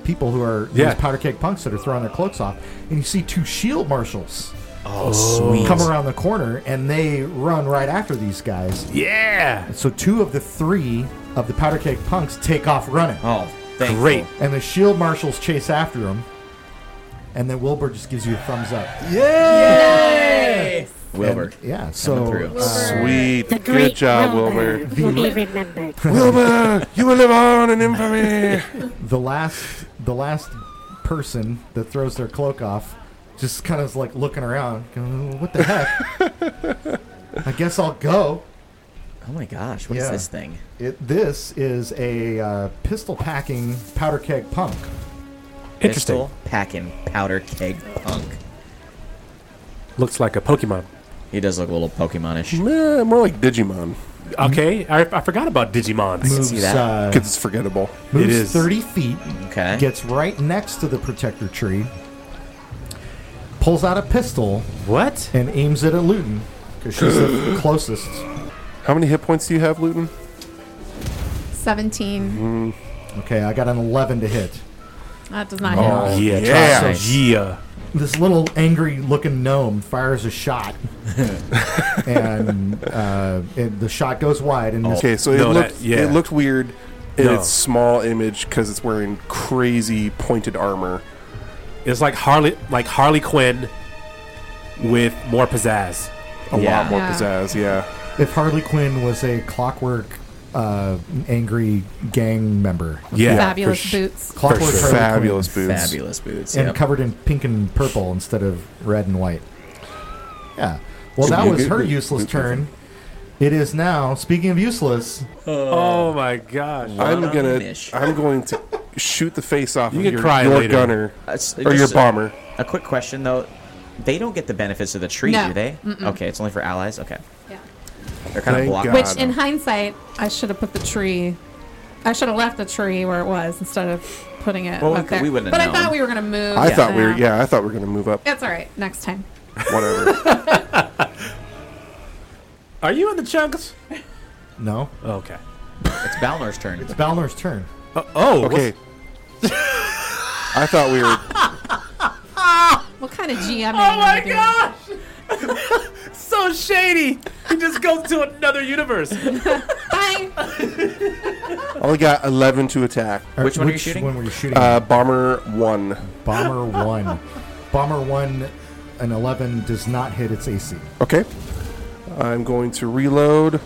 people who are Yeah. these powder keg punks that are throwing their cloaks off, and you see two shield marshals oh, sweet. come around the corner and they run right after these guys. Yeah! So two of the three of the powder keg punks take off running. Oh, thank Great. and the shield marshals chase after him. And then Wilbur just gives you a thumbs up. Wilbur. Yeah, Coming so through. Oh. Sweet. The great Good job, Wilbur. will be remembered. <laughs> Wilbur, you will live on in infamy. the last the last person that throws their cloak off just kind of is like looking around, going, "What the heck? <laughs> I guess I'll go." Oh my gosh. What is Yeah. this thing? It, this is a uh, pistol packing powder keg punk. Interesting. Pistol packing powder keg punk. Looks like a Pokemon. He does look a little Pokemonish. Meh, More like Digimon, Mm-hmm. Okay, I, I forgot about Digimons. Moves, that. Uh, because it's forgettable. moves is. thirty feet. Okay. gets right next to the protector tree, pulls out a pistol, What? and aims it at Luton because she's the closest. How many hit points do you have, Luton? 17. Okay, I got an 11 to hit. That does not Oh, uh, hit. yeah, yeah. try some- yeah. This little angry looking gnome fires a shot, and uh, it, the shot goes wide. And this, Okay, so it No, looked that- yeah. it looked weird in No. its small image because it's wearing crazy pointed armor. It's like Harley, like Harley Quinn, with more pizzazz. A Yeah. lot more Yeah. pizzazz, yeah. if Harley Quinn was a clockwork uh, angry gang member, Yeah, Fabulous for boots. clockwork sure. Harley Fabulous boots. Fabulous boots. Quinn, and yep. covered in pink and purple instead of red and white. Yeah. Well, that was her useless turn. It is now. Speaking of useless, Oh my gosh! I'm Wow. gonna Nish. I'm going to shoot the face off of can your, cry your later. gunner Uh, s- or your just a- bomber. A quick question though, they don't get the benefits of the tree, No. do they? Okay, it's only for allies. Okay, Yeah. they're kind Thank of blocked. God. Which, in hindsight, I should have put the tree. I should have left the tree where it was instead of putting it Well, we up could- there. we wouldn't have but I known. thought we were going to move. I it thought we were down. yeah, I thought we were gonna <laughs> move up. It's all right. Next time. Whatever. Are you in the chunks? no. Okay. It's Balnor's turn. It's Balnor's turn. Oh, Okay. I thought we were What kind of GM? Oh my gosh! <laughs> so shady. He just goes to another universe. Bye. I only got eleven to attack. Which one are you shooting? one were you shooting? Uh, bomber one. Bomber one. Bomber one, an eleven does not hit its AC. Okay. I'm going to reload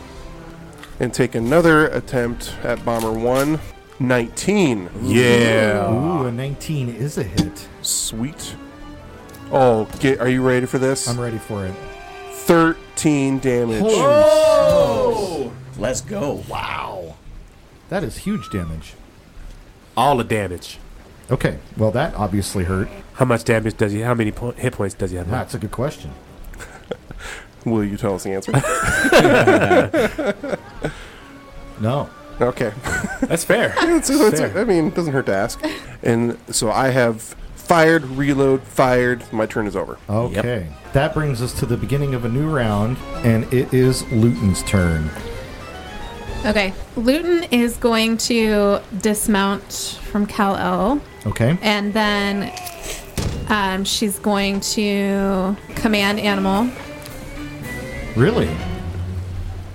and take another attempt at bomber one. 19. Yeah. Ooh, a nineteen is a hit. Sweet. Oh, get, are you ready for this? I'm ready for it. 13 damage. Holy Let's go. smokes. Wow, that is huge damage. All the damage. Okay, well that obviously hurt. How much damage does he? How many po- hit points does he have? That's left? a good question. Will you tell us the answer? <laughs> No, okay. That's <laughs> fair. <laughs> It's- it's- I mean, it doesn't hurt to ask. And so I have fired, reload, fired. My turn is over. Okay. That brings us to the beginning of a new round, and it is Luton's turn. Okay. Luton is going to dismount from Cal El, Okay. and then um, she's going to command animal. Really?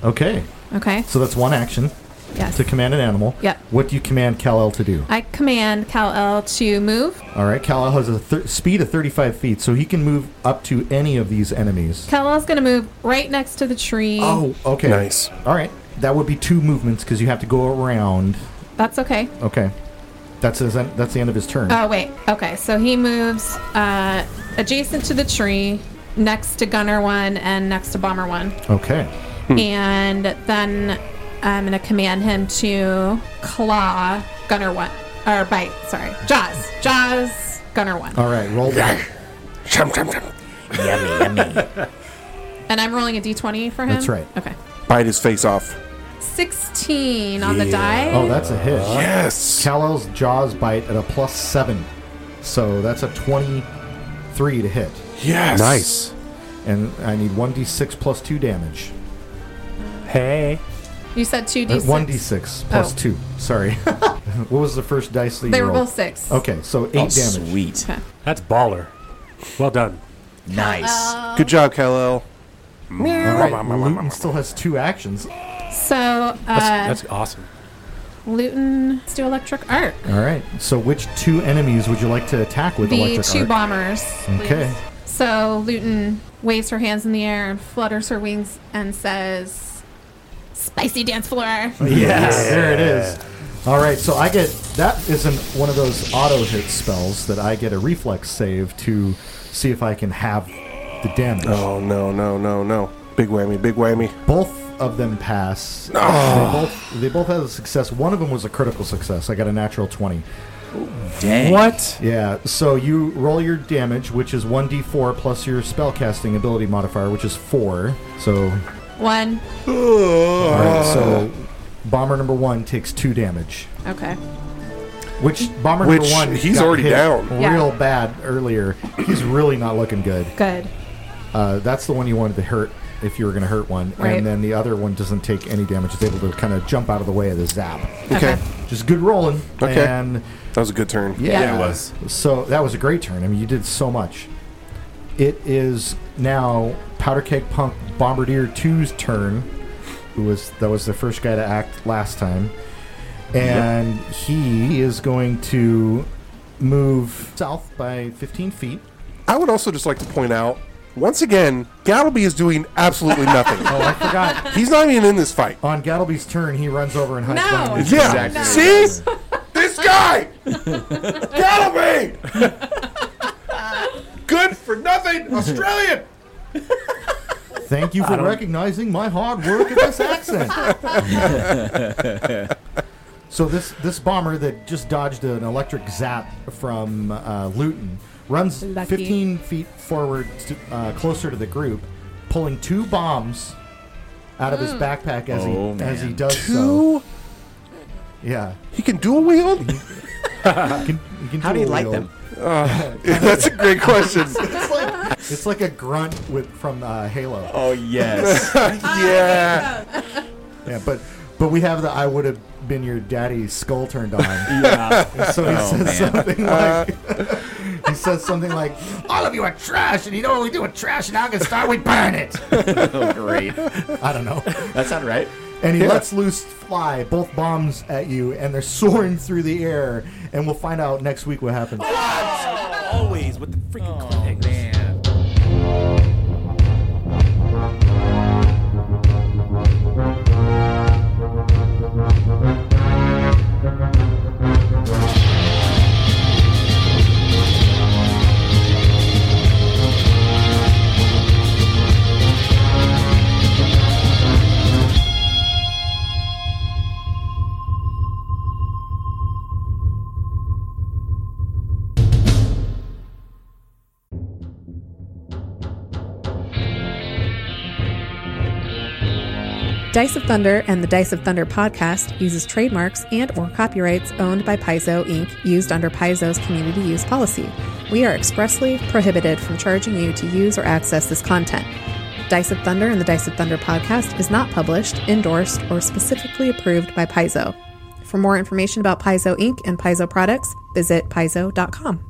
Okay. Okay. So that's one action Yes. to command an animal. Yep. What do you command Kal El to do? I command Cal El to move. All right. Kal El has a thir- speed of 35 feet, so he can move up to any of these enemies. Cal El's going to move right next to the tree. Oh, okay. Nice. All right. That would be two movements because you have to go around. That's okay. Okay. That's his. En- that's the end of his turn. Oh wait. Okay. So he moves uh, adjacent to the tree, next to Gunner one and next to Bomber one, Okay. and then I'm gonna command him to claw Gunner one or bite. Sorry, Jaws. Jaws. Gunner one. All right. Roll that. Chum, chum, chum. And I'm rolling a d20 for him. That's right. Okay. Bite his face off. 16 on the die. Oh, that's a hit. Uh-huh. Yes. Kal-El's jaws bite at a plus seven, so that's a twenty-three to hit, Yes. Nice. and I need one d6 plus two damage. Uh, Hey. You said 2d6. One d6 plus Oh. two. Sorry, <laughs> what was the first dice that you They were rolled? both six. Okay, so eight Oh, damage. sweet. Okay. That's baller. Well done. Nice. Uh, Good job, Kal-El. All right, Luton still has two actions. So, uh, That's awesome. Luton, let's do electric arc. All right, so which two enemies would you like to attack with The electric two arc? bombers. please. Okay. So Luton waves her hands in the air and flutters her wings and says, "Spicy dance floor." Yes, there it is. All right, so I get that isn't one of those auto hit spells that I get a reflex save to see if I can have the damage. Oh no no no no! Big whammy, big whammy. Both of them pass. They both they both had a success. One of them was a critical success. I got a natural twenty. Dang. What? Yeah. So you roll your damage, which is one d four plus your spellcasting ability modifier, which is four. So One. all Uh, right, so bomber number one takes two damage. Okay. Which bomber Which number one? he's got already hit down. Yeah. Real bad earlier. He's really not looking good. Good. Uh, that's the one you wanted to hurt if you were going to hurt one, Right. and then the other one doesn't take any damage. It's able to kind of jump out of the way of the zap. Okay. Just good rolling. Okay. And that was a good turn. yeah, Yeah, it was. So that was a great turn. I mean, you did so much. It is now Powder Keg Punk Bombardier 2's turn. Who was that was the first guy to act last time, and he is going to move south by 15 feet. I would also just like to point out once again, Gattleby is doing absolutely nothing. Oh, I forgot. He's not even in this fight. On Gattleby's turn, he runs over and hides No. behind his Yeah. Exactly. See? this guy! Gattleby! good for nothing Australian! Thank you for recognizing my hard work and <laughs> this accent. so this this bomber that just dodged an electric zap from uh, Luton runs Lucky. 15 feet forward, to, uh, closer to the group, pulling two bombs out of his backpack as Oh, he as he man. does so. Two? Yeah, He can dual wield? <laughs> You can- you can How do you a like wheel. them? That's a great question. It's like, it's like a grunt with from uh, Halo. Oh yes. yeah. Yeah, but but we have the I would have been your daddy's skull turned on. And so he says man. something like <laughs> he says something like, All of you are trash and you know what we do with trash and I can start we burn it. <laughs> oh, great. I don't know. That's not right. And he lets loose fly both bombs at you and they're <laughs> soaring through the air and we'll find out next week what happens. Always with the freaking cliffhangers. Dice of Thunder and the Dice of Thunder podcast uses trademarks and or copyrights owned by Paizo Inc. used under Paizo's community use policy. We are expressly prohibited from charging you to use or access this content. Dice of Thunder and the Dice of Thunder podcast is not published, endorsed, or specifically approved by Paizo. For more information about Paizo Inc. and Paizo products, visit paizo.com.